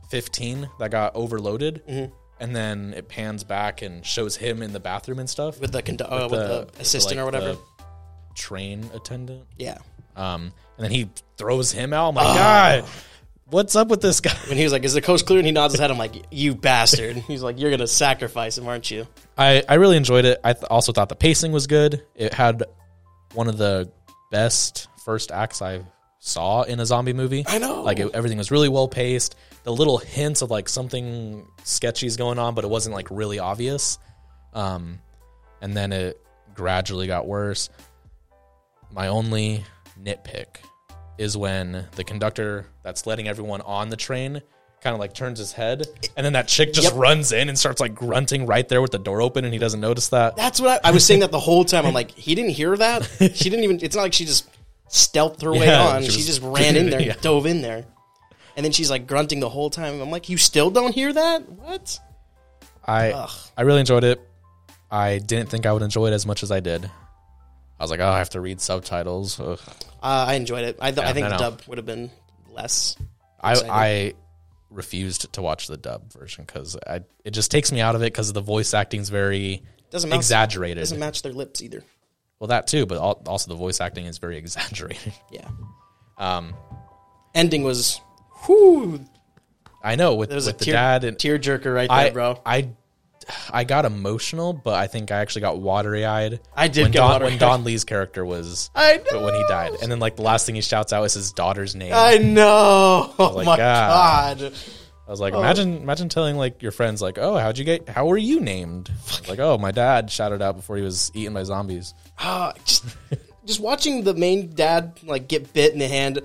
Speaker 1: fifteen that got overloaded,
Speaker 2: Mm-hmm.
Speaker 1: and then it pans back and shows him in the bathroom and stuff
Speaker 2: With the, condu- uh, with the, assistant
Speaker 1: like,
Speaker 2: or whatever.
Speaker 1: the train attendant.
Speaker 2: yeah.
Speaker 1: Um, and then he throws him out. I'm like,
Speaker 2: Ah.
Speaker 1: God, what's up with this guy?
Speaker 2: When he was like, is the coast clear? And he nods his head. I'm like,
Speaker 1: (laughs)
Speaker 2: you bastard. He's like, you're going to sacrifice him, aren't you?
Speaker 1: I, I really enjoyed it. I th- also thought the pacing was good. It had one of the best first acts I saw in a zombie movie.
Speaker 2: I know.
Speaker 1: Like, it, everything was really well paced. The little hints of like something sketchy is going on, but it wasn't like really obvious. Um, and then it gradually got worse. My only nitpick is when the conductor that's letting everyone on the train kind of like turns his head and then that chick just runs in and starts like grunting right there with the door open and he doesn't notice that.
Speaker 2: That's what I, I was saying that the whole time. I'm like, he didn't hear that. She didn't even. It's not like she just stealthed her
Speaker 1: (laughs)
Speaker 2: way
Speaker 1: Yeah,
Speaker 2: on. She,
Speaker 1: she was-
Speaker 2: just ran in there,
Speaker 1: (laughs)
Speaker 2: and
Speaker 1: Yeah.
Speaker 2: dove in there, and then she's like grunting the whole time. I'm like, you still don't hear that? What?
Speaker 1: I
Speaker 2: Ugh.
Speaker 1: I really enjoyed it. I didn't think I would enjoy it as much as I did. I was like, "Oh, I have to read subtitles." Ugh.
Speaker 2: Uh, I enjoyed it. I, th- I
Speaker 1: Yeah,
Speaker 2: think
Speaker 1: no,
Speaker 2: the
Speaker 1: no.
Speaker 2: dub would have been less.
Speaker 1: I I refused to watch the dub version cuz I it just takes me out of it cuz the voice acting's very
Speaker 2: Doesn't match.
Speaker 1: exaggerated.
Speaker 2: Doesn't match their lips either.
Speaker 1: Well, that too, but al- also the voice acting is very (laughs) exaggerated.
Speaker 2: Yeah.
Speaker 1: Um,
Speaker 2: Ending was, whoo.
Speaker 1: I know with,
Speaker 2: There was
Speaker 1: with
Speaker 2: a
Speaker 1: the
Speaker 2: tear,
Speaker 1: dad and
Speaker 2: tearjerker right there,
Speaker 1: I,
Speaker 2: bro.
Speaker 1: I, I got emotional, but I think I actually got watery eyed.
Speaker 2: I did
Speaker 1: when
Speaker 2: get
Speaker 1: Don,
Speaker 2: watery-eyed.
Speaker 1: when
Speaker 2: (laughs)
Speaker 1: Don Lee's character was.
Speaker 2: I
Speaker 1: but when he
Speaker 2: know.
Speaker 1: died, (laughs) and then like the last thing he shouts out is his daughter's name.
Speaker 2: I know. Oh
Speaker 1: like,
Speaker 2: (laughs) my
Speaker 1: God.
Speaker 2: god.
Speaker 1: I was like, imagine, imagine telling like your friends, like, oh, how'd you get, how were you named? Like, oh, my dad shouted out before he was eaten by zombies.
Speaker 2: Ah, just, just watching the main dad like get bit in the hand.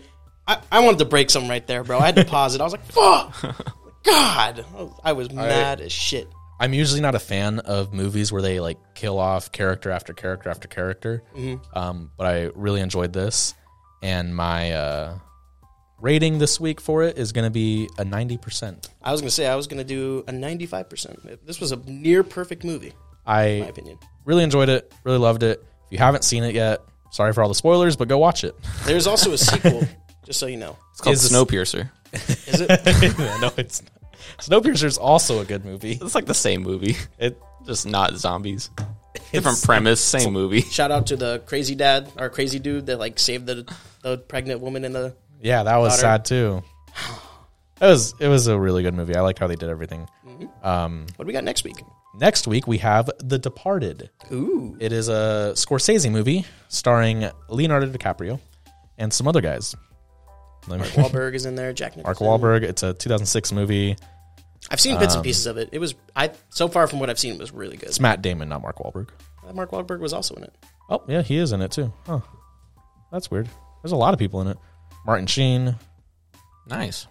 Speaker 2: I, I wanted to break something right there, bro. I had to pause it. I was like,
Speaker 1: (laughs)
Speaker 2: "Fuck, God!" I was- I was mad as shit.
Speaker 1: I'm usually not a fan of movies where they like kill off character after character after character. Um, but I really enjoyed this, and my uh, rating this week for it is going to be a ninety percent.
Speaker 2: I was gonna say I was gonna do a ninety-five percent. This was a near perfect movie, in my
Speaker 1: I
Speaker 2: opinion.
Speaker 1: really enjoyed it, really loved it. If you haven't seen it yet, sorry for all the spoilers, but go watch it. (laughs)
Speaker 2: There's also a sequel, just so you know.
Speaker 3: It's called
Speaker 1: Is this-
Speaker 3: Snowpiercer.
Speaker 2: Is it?
Speaker 1: no, it's not. Snowpiercer is also a good movie.
Speaker 3: It's like the same movie, (laughs)
Speaker 1: It
Speaker 3: just not zombies. Different premise, same movie. (laughs)
Speaker 2: Shout out to the crazy dad or crazy dude that like saved the the pregnant woman in the.
Speaker 1: Yeah, that was
Speaker 2: Daughter.
Speaker 1: sad too. That was it was a really good movie. I liked how they did everything. Mm-hmm. Um,
Speaker 2: What do we got next week?
Speaker 1: Next week we have The Departed.
Speaker 2: Ooh,
Speaker 1: It is a Scorsese movie starring Leonardo DiCaprio and some other guys. Let me-
Speaker 2: Wahlberg is in there. Jack
Speaker 1: (laughs)
Speaker 2: Nicholson.
Speaker 1: Mark Wahlberg. Um, It's a 2006 movie.
Speaker 2: I've seen bits and pieces of it. It was I so far from what I've seen it was really good.
Speaker 1: It's Matt Damon, not Mark Wahlberg.
Speaker 2: Mark Wahlberg was also in it.
Speaker 1: Oh yeah, he is in it too. Huh. That's weird. There's a lot of people in it. Martin Sheen.
Speaker 3: Nice.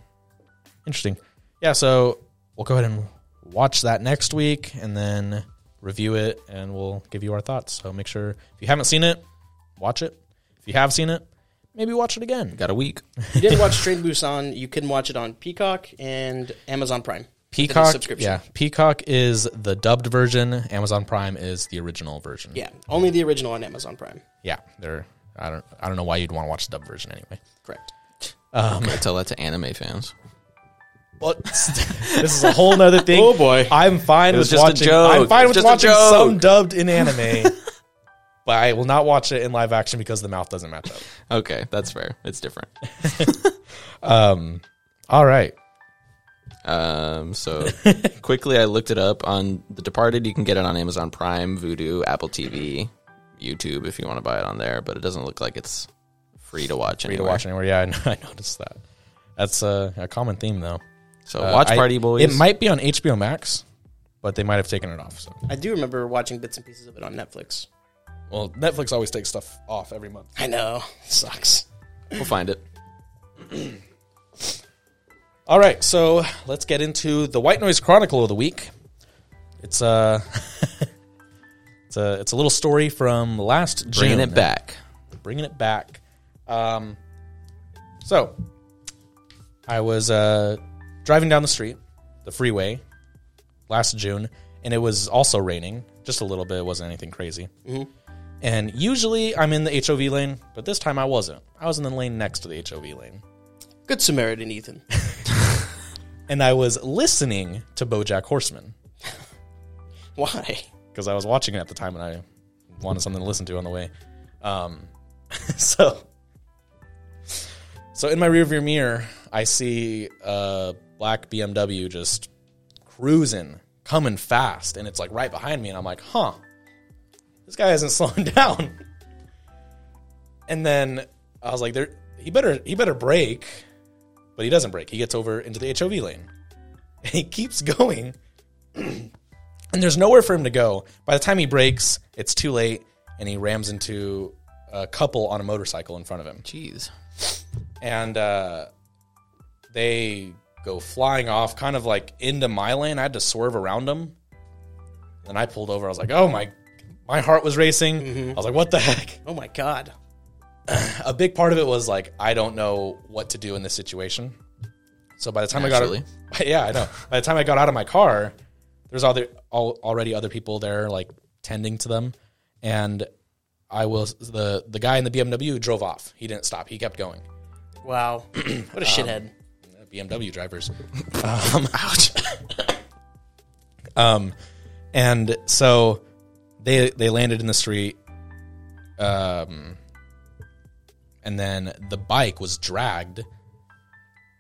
Speaker 1: Interesting. Yeah, so we'll go ahead and watch that next week and then review it and we'll give you our thoughts. So make sure if you haven't seen it, watch it. If you have seen it, maybe watch it again.
Speaker 3: Got a week.
Speaker 2: You didn't watch Train Busan. You can watch it on Peacock and Amazon Prime.
Speaker 1: Peacock
Speaker 2: subscription.
Speaker 1: Yeah. Peacock is the dubbed version. Amazon Prime is the original version.
Speaker 2: Yeah, only the original on Amazon Prime.
Speaker 1: Yeah. They're I don't I don't know why you'd want to watch the dubbed version anyway.
Speaker 2: Correct.
Speaker 3: I tell that to anime fans.
Speaker 1: But (laughs) this is a whole nother thing.
Speaker 3: Oh, boy.
Speaker 1: I'm fine with
Speaker 3: was just a
Speaker 1: watching.
Speaker 3: joke.
Speaker 1: I'm fine
Speaker 3: It
Speaker 1: with
Speaker 3: was just a
Speaker 1: watching
Speaker 3: joke.
Speaker 1: some dubbed in
Speaker 3: (laughs)
Speaker 1: anime, but I will not watch it in live action because the mouth doesn't match up.
Speaker 3: Okay, that's fair. It's different.
Speaker 1: Um, all right.
Speaker 3: Um, so quickly, I looked it up on The Departed. You can get it on Amazon Prime, Vudu, Apple TV, YouTube if you want to buy it on there. But it doesn't look like it's free to watch.
Speaker 1: Free to watch anywhere? Yeah, I, know, (laughs) I noticed that. That's a, a common theme, though.
Speaker 3: So
Speaker 1: Uh,
Speaker 3: watch
Speaker 1: I-
Speaker 3: Party Boys.
Speaker 1: It might be on HBO Max, but they might have taken it off. So,
Speaker 2: I do remember watching bits and pieces of it on Netflix.
Speaker 1: well, Netflix always takes stuff off every month.
Speaker 2: I know, sucks.
Speaker 3: We'll find it.
Speaker 1: All right, so let's get into the White Noise Chronicle of the week. It's a (laughs) it's a it's a little story from last June.
Speaker 3: Bringing it back.
Speaker 1: Bringing it back. Um, so I was uh, driving down the street, the freeway, last June, and it was also raining just a little bit. It wasn't anything crazy.
Speaker 3: Mm-hmm.
Speaker 1: And usually I'm in the HOV lane, but this time I wasn't. I was in the lane next to the HOV lane
Speaker 2: Good Samaritan,
Speaker 1: (laughs)
Speaker 2: Ethan.
Speaker 1: and I was listening to BoJack Horseman
Speaker 2: Why?
Speaker 1: because I was watching it at the time and I wanted something to listen to on the way. Um, (laughs) so, so in my rearview mirror, I see a black BMW just cruising, coming fast, and it's like right behind me, and I'm like, huh, this guy isn't (laughs) slowing down. And then I was like, there, he better, he better brake, but he doesn't brake. He gets over into the HOV lane, (laughs) and he keeps going and there's nowhere for him to go. By the time he breaks, it's too late, and he rams into a couple on a motorcycle in front of him,
Speaker 3: Jeez.
Speaker 1: and uh, they go flying off, kind of like into my lane. I had to swerve around them. Then I pulled over. I was like, "Oh my!" My heart was racing. I was like, "What the heck?"
Speaker 2: Oh my God.
Speaker 1: A big part of it was like, I don't know what to do in this situation. So by the time I
Speaker 3: Naturally.
Speaker 1: got, (laughs) yeah, I know. By the time I got out of my car, there's all the all, already other people there like tending to them, and I was the the guy in the BMW drove off. He didn't stop. He kept going.
Speaker 2: Wow. (clears throat) what
Speaker 1: Um,
Speaker 2: a shithead.
Speaker 1: BMW drivers. um, (laughs) ouch. um, and so they they landed in the street. Um, and then the bike was dragged,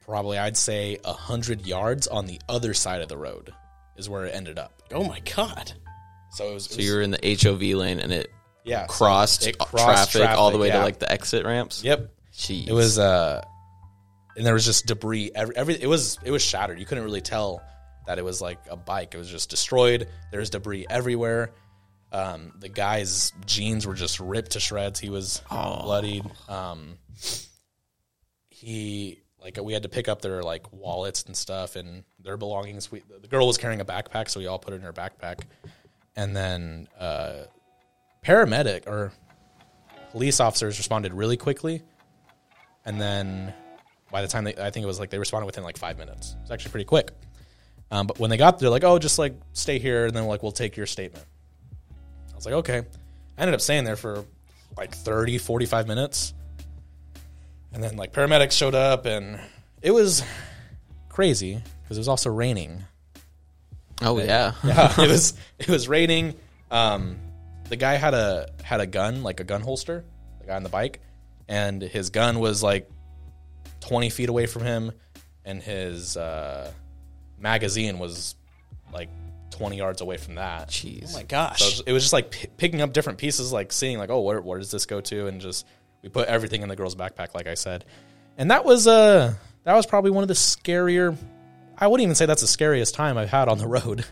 Speaker 1: probably I'd say a hundred yards on the other side of the road is where it ended up.
Speaker 2: Oh my God.
Speaker 1: So it was, it
Speaker 3: So
Speaker 1: was-
Speaker 3: you were in the HOV lane and it
Speaker 1: yeah so
Speaker 3: crossed,
Speaker 1: it
Speaker 3: traffic, all the way
Speaker 1: yeah.
Speaker 3: to like the exit ramps.
Speaker 1: yep.
Speaker 3: Jeez.
Speaker 1: It was uh and there was just debris. Every, every it was it was shattered. You couldn't really tell that it was like a bike. It was just destroyed. There was debris everywhere. Um, the guy's jeans were just ripped to shreds. He was bloodied. Um, he like we had to pick up their like wallets and stuff and their belongings. We, the girl was carrying a backpack, so we all put it in her backpack. And then uh, paramedic or police officers responded really quickly. And then by the time they, I think it was like they responded within like five minutes. It's actually pretty quick. Um, but when they got there, like, oh, just like stay here, and then like we'll take your statement. I was like, okay. I ended up staying there for like 30, 45 minutes. And then like paramedics showed up, and it was crazy because it was also raining.
Speaker 3: Oh yeah.
Speaker 1: (laughs)
Speaker 3: (laughs)
Speaker 1: Yeah, it was it was raining. Um, the guy had a had a gun, like a gun holster, the guy on the bike, and his gun was like twenty feet away from him, and his uh, magazine was like twenty yards away from that.
Speaker 3: Jeez.
Speaker 2: Oh
Speaker 1: So
Speaker 2: my
Speaker 1: it
Speaker 2: gosh.
Speaker 1: was- it was just like p- picking up different pieces, like seeing like, oh, where, where does this go to? And just we put everything in the girl's backpack, like I said, and that was uh that was probably one of the scarier. I wouldn't even say that's the scariest time I've had on the road.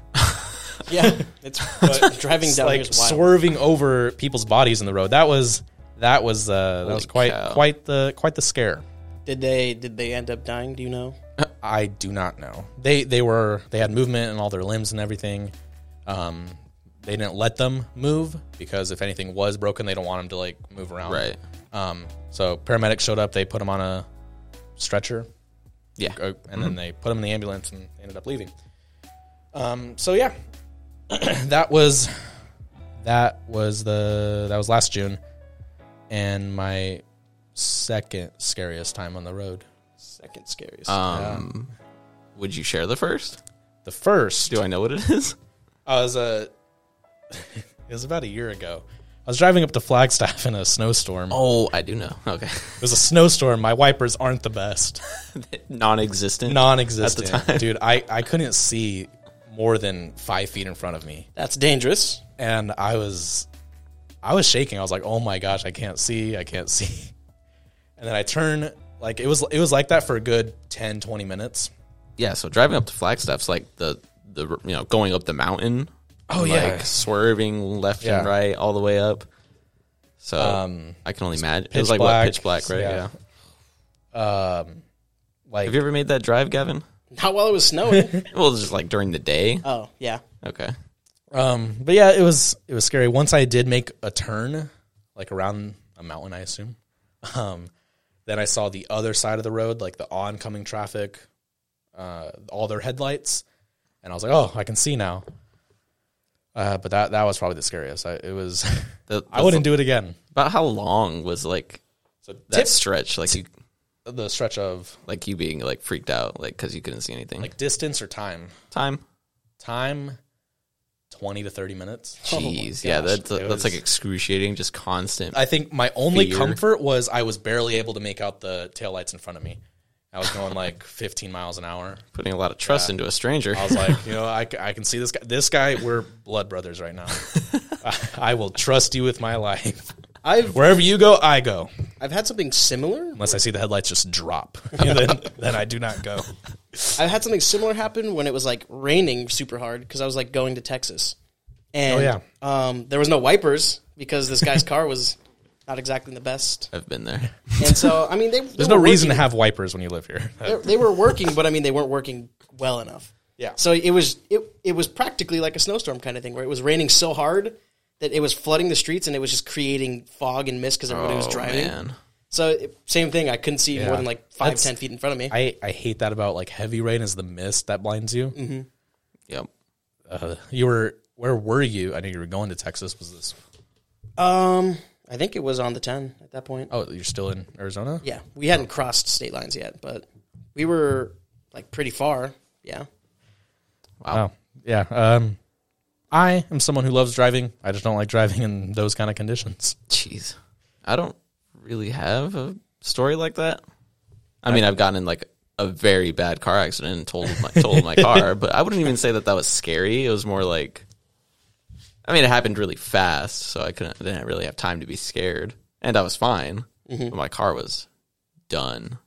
Speaker 2: Yeah.
Speaker 1: (laughs)
Speaker 2: It's but driving
Speaker 1: It's
Speaker 2: down
Speaker 1: like
Speaker 2: here is wild.
Speaker 1: swerving over people's bodies in the road. That was that was uh, that was quite
Speaker 3: cow.
Speaker 1: quite the quite the scare.
Speaker 2: Did they did they end up dying? Do you know?
Speaker 1: (laughs) I do not know. They they were they had movement in all their limbs and everything. Um, they didn't let them move because if anything was broken, they don't want them to like move around.
Speaker 3: Right.
Speaker 1: Um, so paramedics showed up. They put him on a stretcher.
Speaker 3: Yeah.
Speaker 1: uh, and then
Speaker 3: Mm-hmm.
Speaker 1: they put him in the ambulance and ended up leaving. Um, so yeah, (clears throat) that was that was the that was last June, and my second scariest time on the road.
Speaker 2: Second scariest.
Speaker 1: uh,
Speaker 3: Um, would you share the first?
Speaker 1: The first
Speaker 3: Do I know what it (laughs) is?
Speaker 1: I was uh, (laughs) it was about a year ago. I was driving up to Flagstaff in a snowstorm.
Speaker 3: Oh, I do know. (laughs) Okay.
Speaker 1: It was a snowstorm. My wipers aren't the
Speaker 3: (laughs)
Speaker 1: best.
Speaker 3: Non-existent.
Speaker 1: non-existent
Speaker 3: At the time.
Speaker 1: dude I, I couldn't see more than five feet in front of me
Speaker 2: That's dangerous.
Speaker 1: and i was i was shaking i was like oh my gosh i can't see i can't (laughs) see and then i turn like it was it was like that for a good 10 20 minutes
Speaker 3: yeah, so driving up to Flagstaff's like the the you know going up the mountain.
Speaker 1: Oh,
Speaker 3: and,
Speaker 1: yeah.
Speaker 3: like swerving left
Speaker 1: Yeah.
Speaker 3: and right all the way up. So
Speaker 1: Um,
Speaker 3: I can only imagine. It
Speaker 1: pitch
Speaker 3: was like
Speaker 1: black,
Speaker 3: what pitch black, right?
Speaker 1: yeah.
Speaker 3: Yeah.
Speaker 1: um like
Speaker 3: Have you ever made that drive, Gavin?
Speaker 2: Not while it was snowing.
Speaker 1: (laughs)
Speaker 3: Well, just like during the day.
Speaker 1: Uh,
Speaker 2: oh yeah.
Speaker 3: Okay.
Speaker 1: um but yeah it was it was scary once i did make a turn like around a mountain i assume um then i saw the other side of the road like the oncoming traffic uh all their headlights and i was like oh i can see now uh but that that was probably the scariest I, it was
Speaker 3: The-
Speaker 1: (laughs) i wouldn't do it again
Speaker 3: About how long was like
Speaker 1: so
Speaker 3: that stretch? Like you,
Speaker 1: tip the stretch of
Speaker 3: like you being like freaked out, like because you couldn't see anything.
Speaker 1: like distance or time
Speaker 3: time.
Speaker 1: time 20 to 30 minutes
Speaker 2: Oh my
Speaker 3: Jeez, yeah,
Speaker 2: gosh.
Speaker 3: that's that's like excruciating, just constant.
Speaker 1: I think my only
Speaker 3: Fear.
Speaker 1: comfort was I was barely able to make out the taillights in front of me. I was going like (laughs) 15 miles an hour.
Speaker 3: putting a lot of trust into a stranger.
Speaker 1: I was like, you know, I, c- I can see this guy. This guy, we're blood brothers right now. I, I will trust you with my life.
Speaker 2: I've
Speaker 1: Wherever you go, I go.
Speaker 2: I've had something similar.
Speaker 1: Unless I see the headlights just drop, (laughs) And then, then I do not go.
Speaker 2: I've had something similar happen when it was like raining super hard because I was like going to Texas, and
Speaker 1: Oh, yeah.
Speaker 2: um, there was no wipers because this guy's car was not exactly the best.
Speaker 3: (laughs) I've
Speaker 1: (laughs)
Speaker 3: been there.
Speaker 2: And so I mean, they,
Speaker 1: There's no reason to have wipers when you live here.
Speaker 2: they were working, but I mean, they weren't working well enough.
Speaker 1: Yeah.
Speaker 2: So it was it it was practically like a snowstorm kind of thing where it was raining so hard that it was flooding the streets and it was just creating fog and mist because everybody was
Speaker 3: Oh,
Speaker 2: driving.
Speaker 3: man.
Speaker 2: So it, same thing. I couldn't see more than like five,
Speaker 1: That's-
Speaker 2: ten feet in front of me.
Speaker 1: I, I hate that about like heavy rain is the mist that blinds you.
Speaker 3: Yep.
Speaker 1: Uh, you were, where were you? I knew you were going to Texas. Was this,
Speaker 2: um, I think it was on the ten at that point.
Speaker 1: oh, you're still in Arizona?
Speaker 2: Yeah, we hadn't crossed state lines yet, but we were like pretty far. Yeah,
Speaker 1: Oh, yeah. Um, I am someone who loves driving. I just don't like driving in those kind of conditions.
Speaker 3: Jeez. I don't really have a story like that. I mean, I've gotten in like a very bad car accident and totaled my, totaled my car, but I wouldn't even say that that was scary. It was more like, I mean, it happened really fast, so I couldn't, didn't really have time to be scared. And I was fine, but my car was done.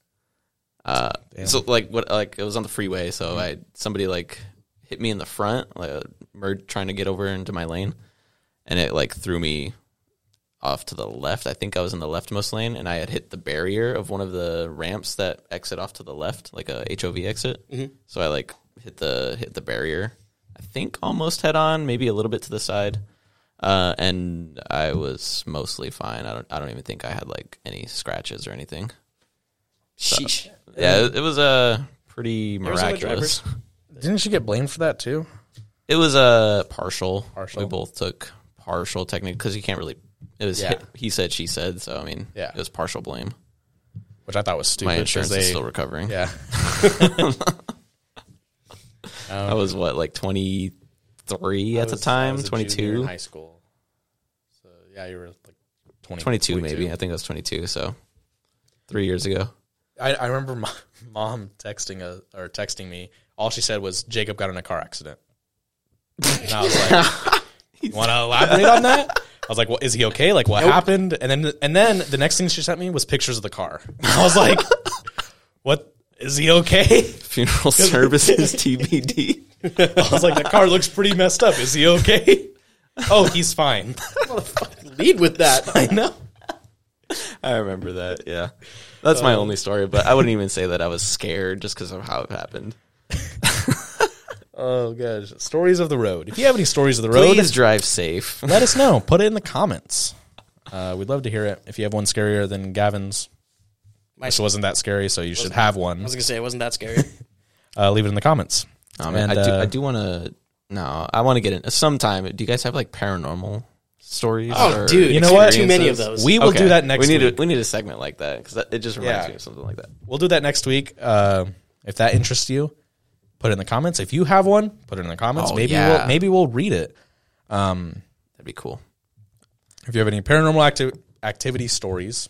Speaker 3: Uh, so like what like it was on the freeway, so I somebody like hit me in the front, like uh, merged trying to get over into my lane, and it like threw me off to the left. I think I was in the leftmost lane, and I had hit the barrier of one of the ramps that exit off to the left, like a HOV exit.
Speaker 1: Mm-hmm.
Speaker 3: So I like hit the hit the barrier. I think almost head on, maybe a little bit to the side, uh, and I was mostly fine. I don't I don't even think I had like any scratches or anything.
Speaker 2: Sheesh.
Speaker 3: Yeah, it, it was uh, pretty
Speaker 2: was other
Speaker 3: miraculous.
Speaker 1: Didn't you get blamed for that too?
Speaker 3: It was a partial.
Speaker 1: Partial.
Speaker 3: We both took partial technique because you can't really. It was
Speaker 1: Yeah.
Speaker 3: he said she said. So I mean,
Speaker 1: Yeah.
Speaker 3: it was partial blame.
Speaker 1: Which I thought was stupid.
Speaker 3: My
Speaker 1: 'cause
Speaker 3: insurance
Speaker 1: they-
Speaker 3: is still recovering.
Speaker 1: Yeah.
Speaker 3: I was what like twenty three at the
Speaker 1: was- I
Speaker 3: time,
Speaker 1: was a junior
Speaker 3: 22?
Speaker 1: in high school. So yeah, you were like 20,
Speaker 3: 22 maybe. I think I was twenty two. So three years ago. (laughs)
Speaker 1: I, I remember (laughs) my mom texting a, or texting me. All she said was Jacob got in a car accident. And I was like, (laughs) "You want to elaborate on that?" I was like, "Well, is he okay? Like, what happened?" And then and then the next thing she sent me was pictures of the car. (laughs) I was like, "What is he okay?" (laughs)
Speaker 3: Funeral services TBD.
Speaker 1: I was like, "The car looks pretty messed up. Is he okay?" (laughs) Oh, he's fine. (laughs)
Speaker 2: Lead with that.
Speaker 1: I know.
Speaker 3: I remember that. Yeah, that's
Speaker 1: Um,
Speaker 3: my only story. But I wouldn't even say that I was scared just because of how it happened.
Speaker 1: Oh gosh, stories of the road. If you have any stories of the road,
Speaker 3: Please drive
Speaker 1: (laughs)
Speaker 3: safe.
Speaker 1: let us know. Put it in the comments. Uh, we'd love to hear it. If you have one scarier than Gavin's,
Speaker 2: My-
Speaker 1: this wasn't that scary, so you should have
Speaker 2: I
Speaker 1: one.
Speaker 2: was gonna say it wasn't that scary.
Speaker 1: Uh, leave it in the comments.
Speaker 3: Oh, man,
Speaker 1: And,
Speaker 3: I do.
Speaker 1: uh,
Speaker 3: I do want to. No, I want to get in sometime. Do you guys have like paranormal stories?
Speaker 2: Oh,
Speaker 3: or
Speaker 2: dude,
Speaker 1: You know what?
Speaker 2: Too many of
Speaker 3: experiences?
Speaker 2: those.
Speaker 1: We will
Speaker 3: Okay.
Speaker 1: do that next
Speaker 3: We need
Speaker 1: week.
Speaker 3: A, we need a segment like that because it just reminds
Speaker 1: Yeah.
Speaker 3: me of something like that.
Speaker 1: We'll do that next week. Uh, if that interests you, put it in the comments. If you have one, put it in the comments.
Speaker 3: Oh,
Speaker 1: maybe
Speaker 3: yeah.
Speaker 1: we'll maybe we'll read it.
Speaker 3: That'd be cool.
Speaker 1: If you have any paranormal acti- activity stories,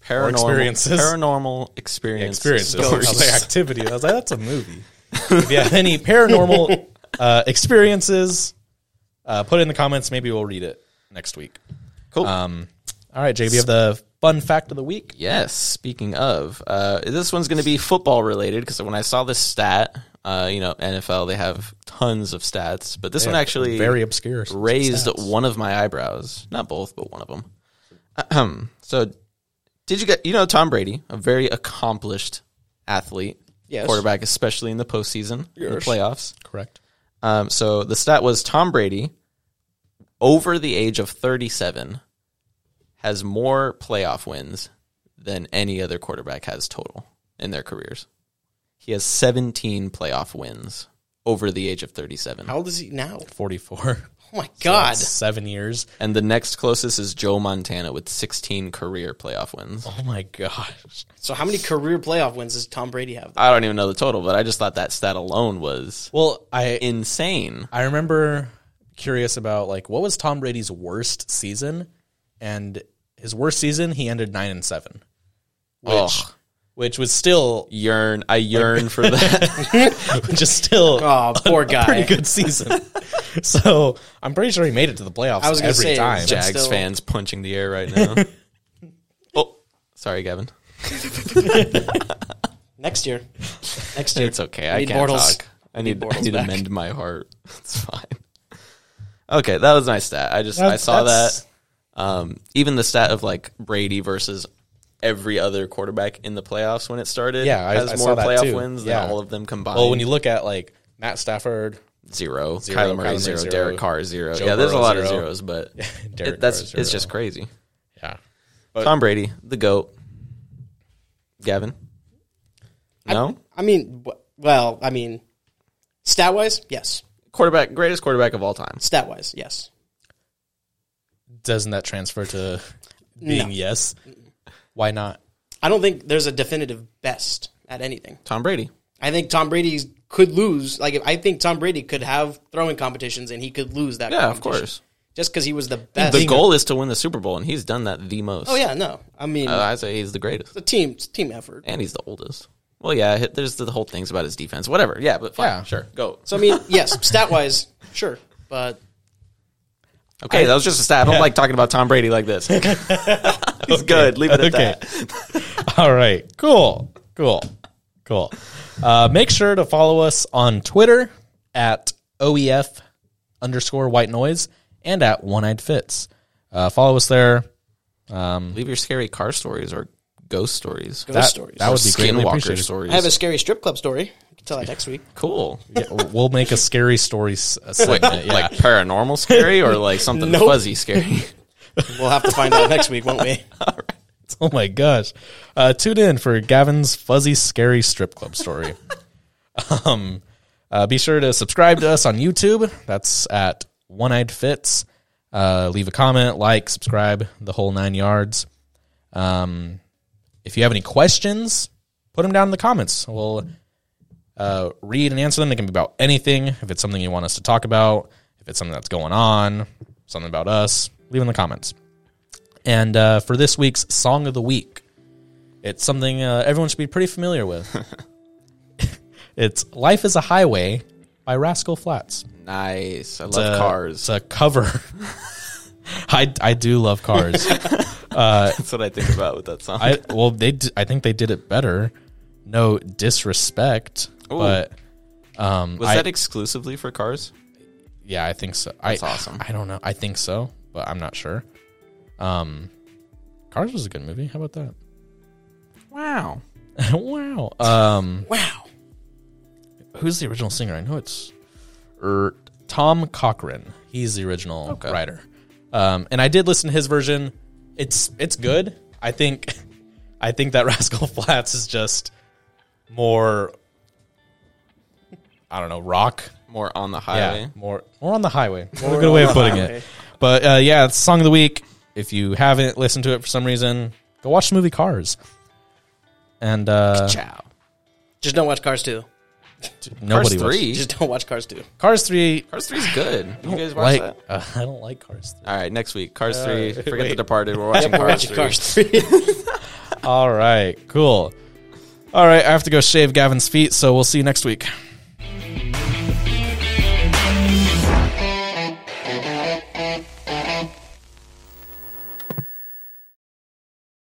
Speaker 3: Paranormal
Speaker 1: experiences.
Speaker 3: Paranormal experience.
Speaker 1: experiences, I
Speaker 3: stories.
Speaker 1: was like activity. I was like, that's a movie. if you have any paranormal uh, experiences, uh, put it in the comments. Maybe we'll read it next week.
Speaker 3: Cool.
Speaker 1: Um, all right, Jacob, you have the fun fact of the week.
Speaker 3: Yes. Speaking of, uh, this one's going to be football related because when I saw this stat, uh, you know, NFL they have tons of stats, but this one actually
Speaker 1: very obscure.
Speaker 3: raised one of my eyebrows. Not both, but one of them. Ahem. So, did you get you know Tom Brady, a very accomplished athlete,
Speaker 2: Yes.
Speaker 3: quarterback, especially in the postseason, in the
Speaker 2: Yes.
Speaker 3: playoffs.
Speaker 1: Correct.
Speaker 3: Um, so the stat was Tom Brady, over the age of 37, has more playoff wins than any other quarterback has total in their careers. He has 17 playoff wins over the age of 37.
Speaker 2: How old is he now?
Speaker 1: Forty-four.
Speaker 2: Oh my god.
Speaker 1: Seven years.
Speaker 3: And the next closest is Joe Montana with 16 career playoff wins.
Speaker 1: Oh my gosh.
Speaker 2: So
Speaker 3: (sighs)
Speaker 2: how many career playoff wins does Tom Brady have?
Speaker 3: I don't even know the total, but I just thought that stat alone was
Speaker 1: Well, I
Speaker 3: insane.
Speaker 1: I remember curious about like what was Tom Brady's worst season, and his worst season he ended nine and seven, (laughs) which
Speaker 3: Ugh.
Speaker 1: which was still
Speaker 3: Yearn, I yearn
Speaker 1: (laughs)
Speaker 3: for that.
Speaker 1: which is still
Speaker 3: (laughs)
Speaker 2: Oh, poor guy.
Speaker 1: pretty good season. (laughs) so I'm pretty sure he made it to the playoffs
Speaker 2: I was gonna
Speaker 1: every
Speaker 2: say,
Speaker 1: time.
Speaker 2: Jack-
Speaker 3: Jags
Speaker 2: still-
Speaker 3: fans punching the air right
Speaker 1: (laughs)
Speaker 3: now. oh, sorry, Gavin.
Speaker 2: Next year. Next year.
Speaker 3: It's okay. I
Speaker 2: need
Speaker 3: can't
Speaker 2: Bortles.
Speaker 3: talk. I need, I
Speaker 2: Bortles
Speaker 3: need to
Speaker 2: back.
Speaker 3: mend my heart. (laughs) It's fine. Okay, that was my stat. I just I
Speaker 1: That's-
Speaker 3: saw
Speaker 1: that's-
Speaker 3: that. Um, even the stat of like Brady versus every other quarterback in the playoffs when it started.
Speaker 1: Yeah, I-
Speaker 3: has
Speaker 1: I
Speaker 3: more
Speaker 1: saw that
Speaker 3: playoff
Speaker 1: too.
Speaker 3: wins
Speaker 1: Yeah.
Speaker 3: than all of them combined.
Speaker 1: Well, when you look at like Matt Stafford,
Speaker 3: zero,
Speaker 1: Zero,
Speaker 3: Kyler
Speaker 1: Kyler
Speaker 3: Murray
Speaker 1: Murray,
Speaker 3: zero,
Speaker 1: zero,
Speaker 3: Derek Carr zero.
Speaker 1: Joe
Speaker 3: yeah, there's
Speaker 1: Burrow,
Speaker 3: a lot of
Speaker 1: zero.
Speaker 3: zeros, but
Speaker 1: (laughs) Derek
Speaker 3: it, that's
Speaker 1: Carr,
Speaker 3: it's
Speaker 1: zero.
Speaker 3: just crazy.
Speaker 1: yeah,
Speaker 3: Tom Brady, the goat. Gavin, no
Speaker 2: I mean, w- well, I mean, stat wise, yes.
Speaker 3: quarterback, greatest quarterback of all time.
Speaker 2: Stat wise, yes.
Speaker 1: doesn't that transfer
Speaker 3: (laughs)
Speaker 1: to being yes? Why not?
Speaker 2: I don't think there's a definitive best at anything.
Speaker 3: Tom Brady.
Speaker 2: I think Tom Brady could lose. Like, if- I think Tom Brady could have throwing competitions and he could lose that.
Speaker 3: Yeah, of
Speaker 2: competition.
Speaker 3: course.
Speaker 2: Just because he was the best.
Speaker 3: The goal is to win the Super Bowl, and he's done that the most.
Speaker 2: oh yeah, no. I mean,
Speaker 3: Uh, I say he's the greatest,
Speaker 2: the team it's a team effort.
Speaker 3: and he's the oldest. Well, yeah, hi- there's the whole things about his defense, whatever. Yeah, but fine,
Speaker 1: Yeah.
Speaker 3: sure, go.
Speaker 2: So I mean, yes, stat wise, sure, but
Speaker 1: (laughs)
Speaker 3: Okay, that was just a stat. I don't like talking about Tom Brady like this. (laughs) He's good. Leave it at
Speaker 1: Okay.
Speaker 3: that.
Speaker 1: (laughs) All right. Cool. Cool. Cool. Uh, make sure to follow us on Twitter at OEF underscore white noise and at one eyed fits. Uh, follow us there. Um,
Speaker 3: Leave your scary car stories or ghost stories.
Speaker 2: Ghost
Speaker 1: that,
Speaker 2: stories.
Speaker 1: that would be greatly
Speaker 3: Skinwalker
Speaker 1: appreciated.
Speaker 3: stories.
Speaker 2: I have a scary strip club story. I can tell that next week.
Speaker 3: cool.
Speaker 1: Yeah, we'll make a scary stories
Speaker 3: (laughs)
Speaker 1: uh,
Speaker 3: Like,
Speaker 1: segment. Yeah.
Speaker 3: like paranormal scary or like something
Speaker 2: Nope.
Speaker 3: fuzzy scary.
Speaker 2: We'll have to find out next week, won't we?
Speaker 1: (laughs) Oh my gosh. Uh, tune in for Gavin's fuzzy, scary strip club story. um, uh, be sure to subscribe to us on YouTube. That's at One Eyed Fits. Uh, leave a comment, like, subscribe, the whole nine yards. Um, if you have any questions, put them down in the comments. We'll uh, read and answer them. They can be about anything. If it's something you want us to talk about, if it's something that's going on, something about us, leave in the comments. And uh, for this week's song of the week, it's something uh, everyone should be pretty familiar with. (laughs) it's "Life Is a Highway" by Rascal Flats.
Speaker 3: Nice. I love
Speaker 1: It's a-
Speaker 3: cars.
Speaker 1: It's a cover. (laughs) I, I do love cars.
Speaker 3: That's what I think about with that song.
Speaker 1: I well they d- I think they did it better. No disrespect,
Speaker 3: Ooh.
Speaker 1: but um,
Speaker 3: Was
Speaker 1: I-
Speaker 3: that exclusively for cars?
Speaker 1: Yeah, I think so.
Speaker 3: That's
Speaker 1: I,
Speaker 3: awesome.
Speaker 1: I don't know. I think so, but I'm not sure. Um, Cars was a good movie. How about
Speaker 3: Wow.
Speaker 1: that? (laughs) wow. Um,
Speaker 2: Wow.
Speaker 1: who's the original singer? I know it's er, Tom Cochran. He's the original
Speaker 3: Okay.
Speaker 1: writer. Um, and I did listen to his version. It's it's good. I think I think that (laughs) Rascal Flats is just more. I don't know rock.
Speaker 3: More on the
Speaker 1: Yeah,
Speaker 3: highway.
Speaker 1: more more on the highway. That's a
Speaker 2: More
Speaker 1: good
Speaker 2: on
Speaker 1: way
Speaker 2: the
Speaker 1: of putting
Speaker 2: highway.
Speaker 1: it. But uh, yeah, it's song of the week. If you haven't listened to it for some reason, go watch the movie Cars. And uh,
Speaker 3: Ciao.
Speaker 2: Just don't watch Cars 2.
Speaker 1: nobody
Speaker 3: Cars
Speaker 1: watched-
Speaker 3: three.
Speaker 2: Just don't watch Cars 2.
Speaker 1: Cars three.
Speaker 3: Cars three's good. You guys watch
Speaker 1: Like
Speaker 3: that?
Speaker 1: uh, I don't like Cars three.
Speaker 3: All right, next week, Cars three. Forget
Speaker 1: wait.
Speaker 3: the Departed. Uh, We're watching
Speaker 2: We're
Speaker 3: Cars
Speaker 2: watching
Speaker 3: three.
Speaker 2: Cars 3.
Speaker 1: All right, cool. All right, I have to go shave Gavin's feet, so we'll see you next week.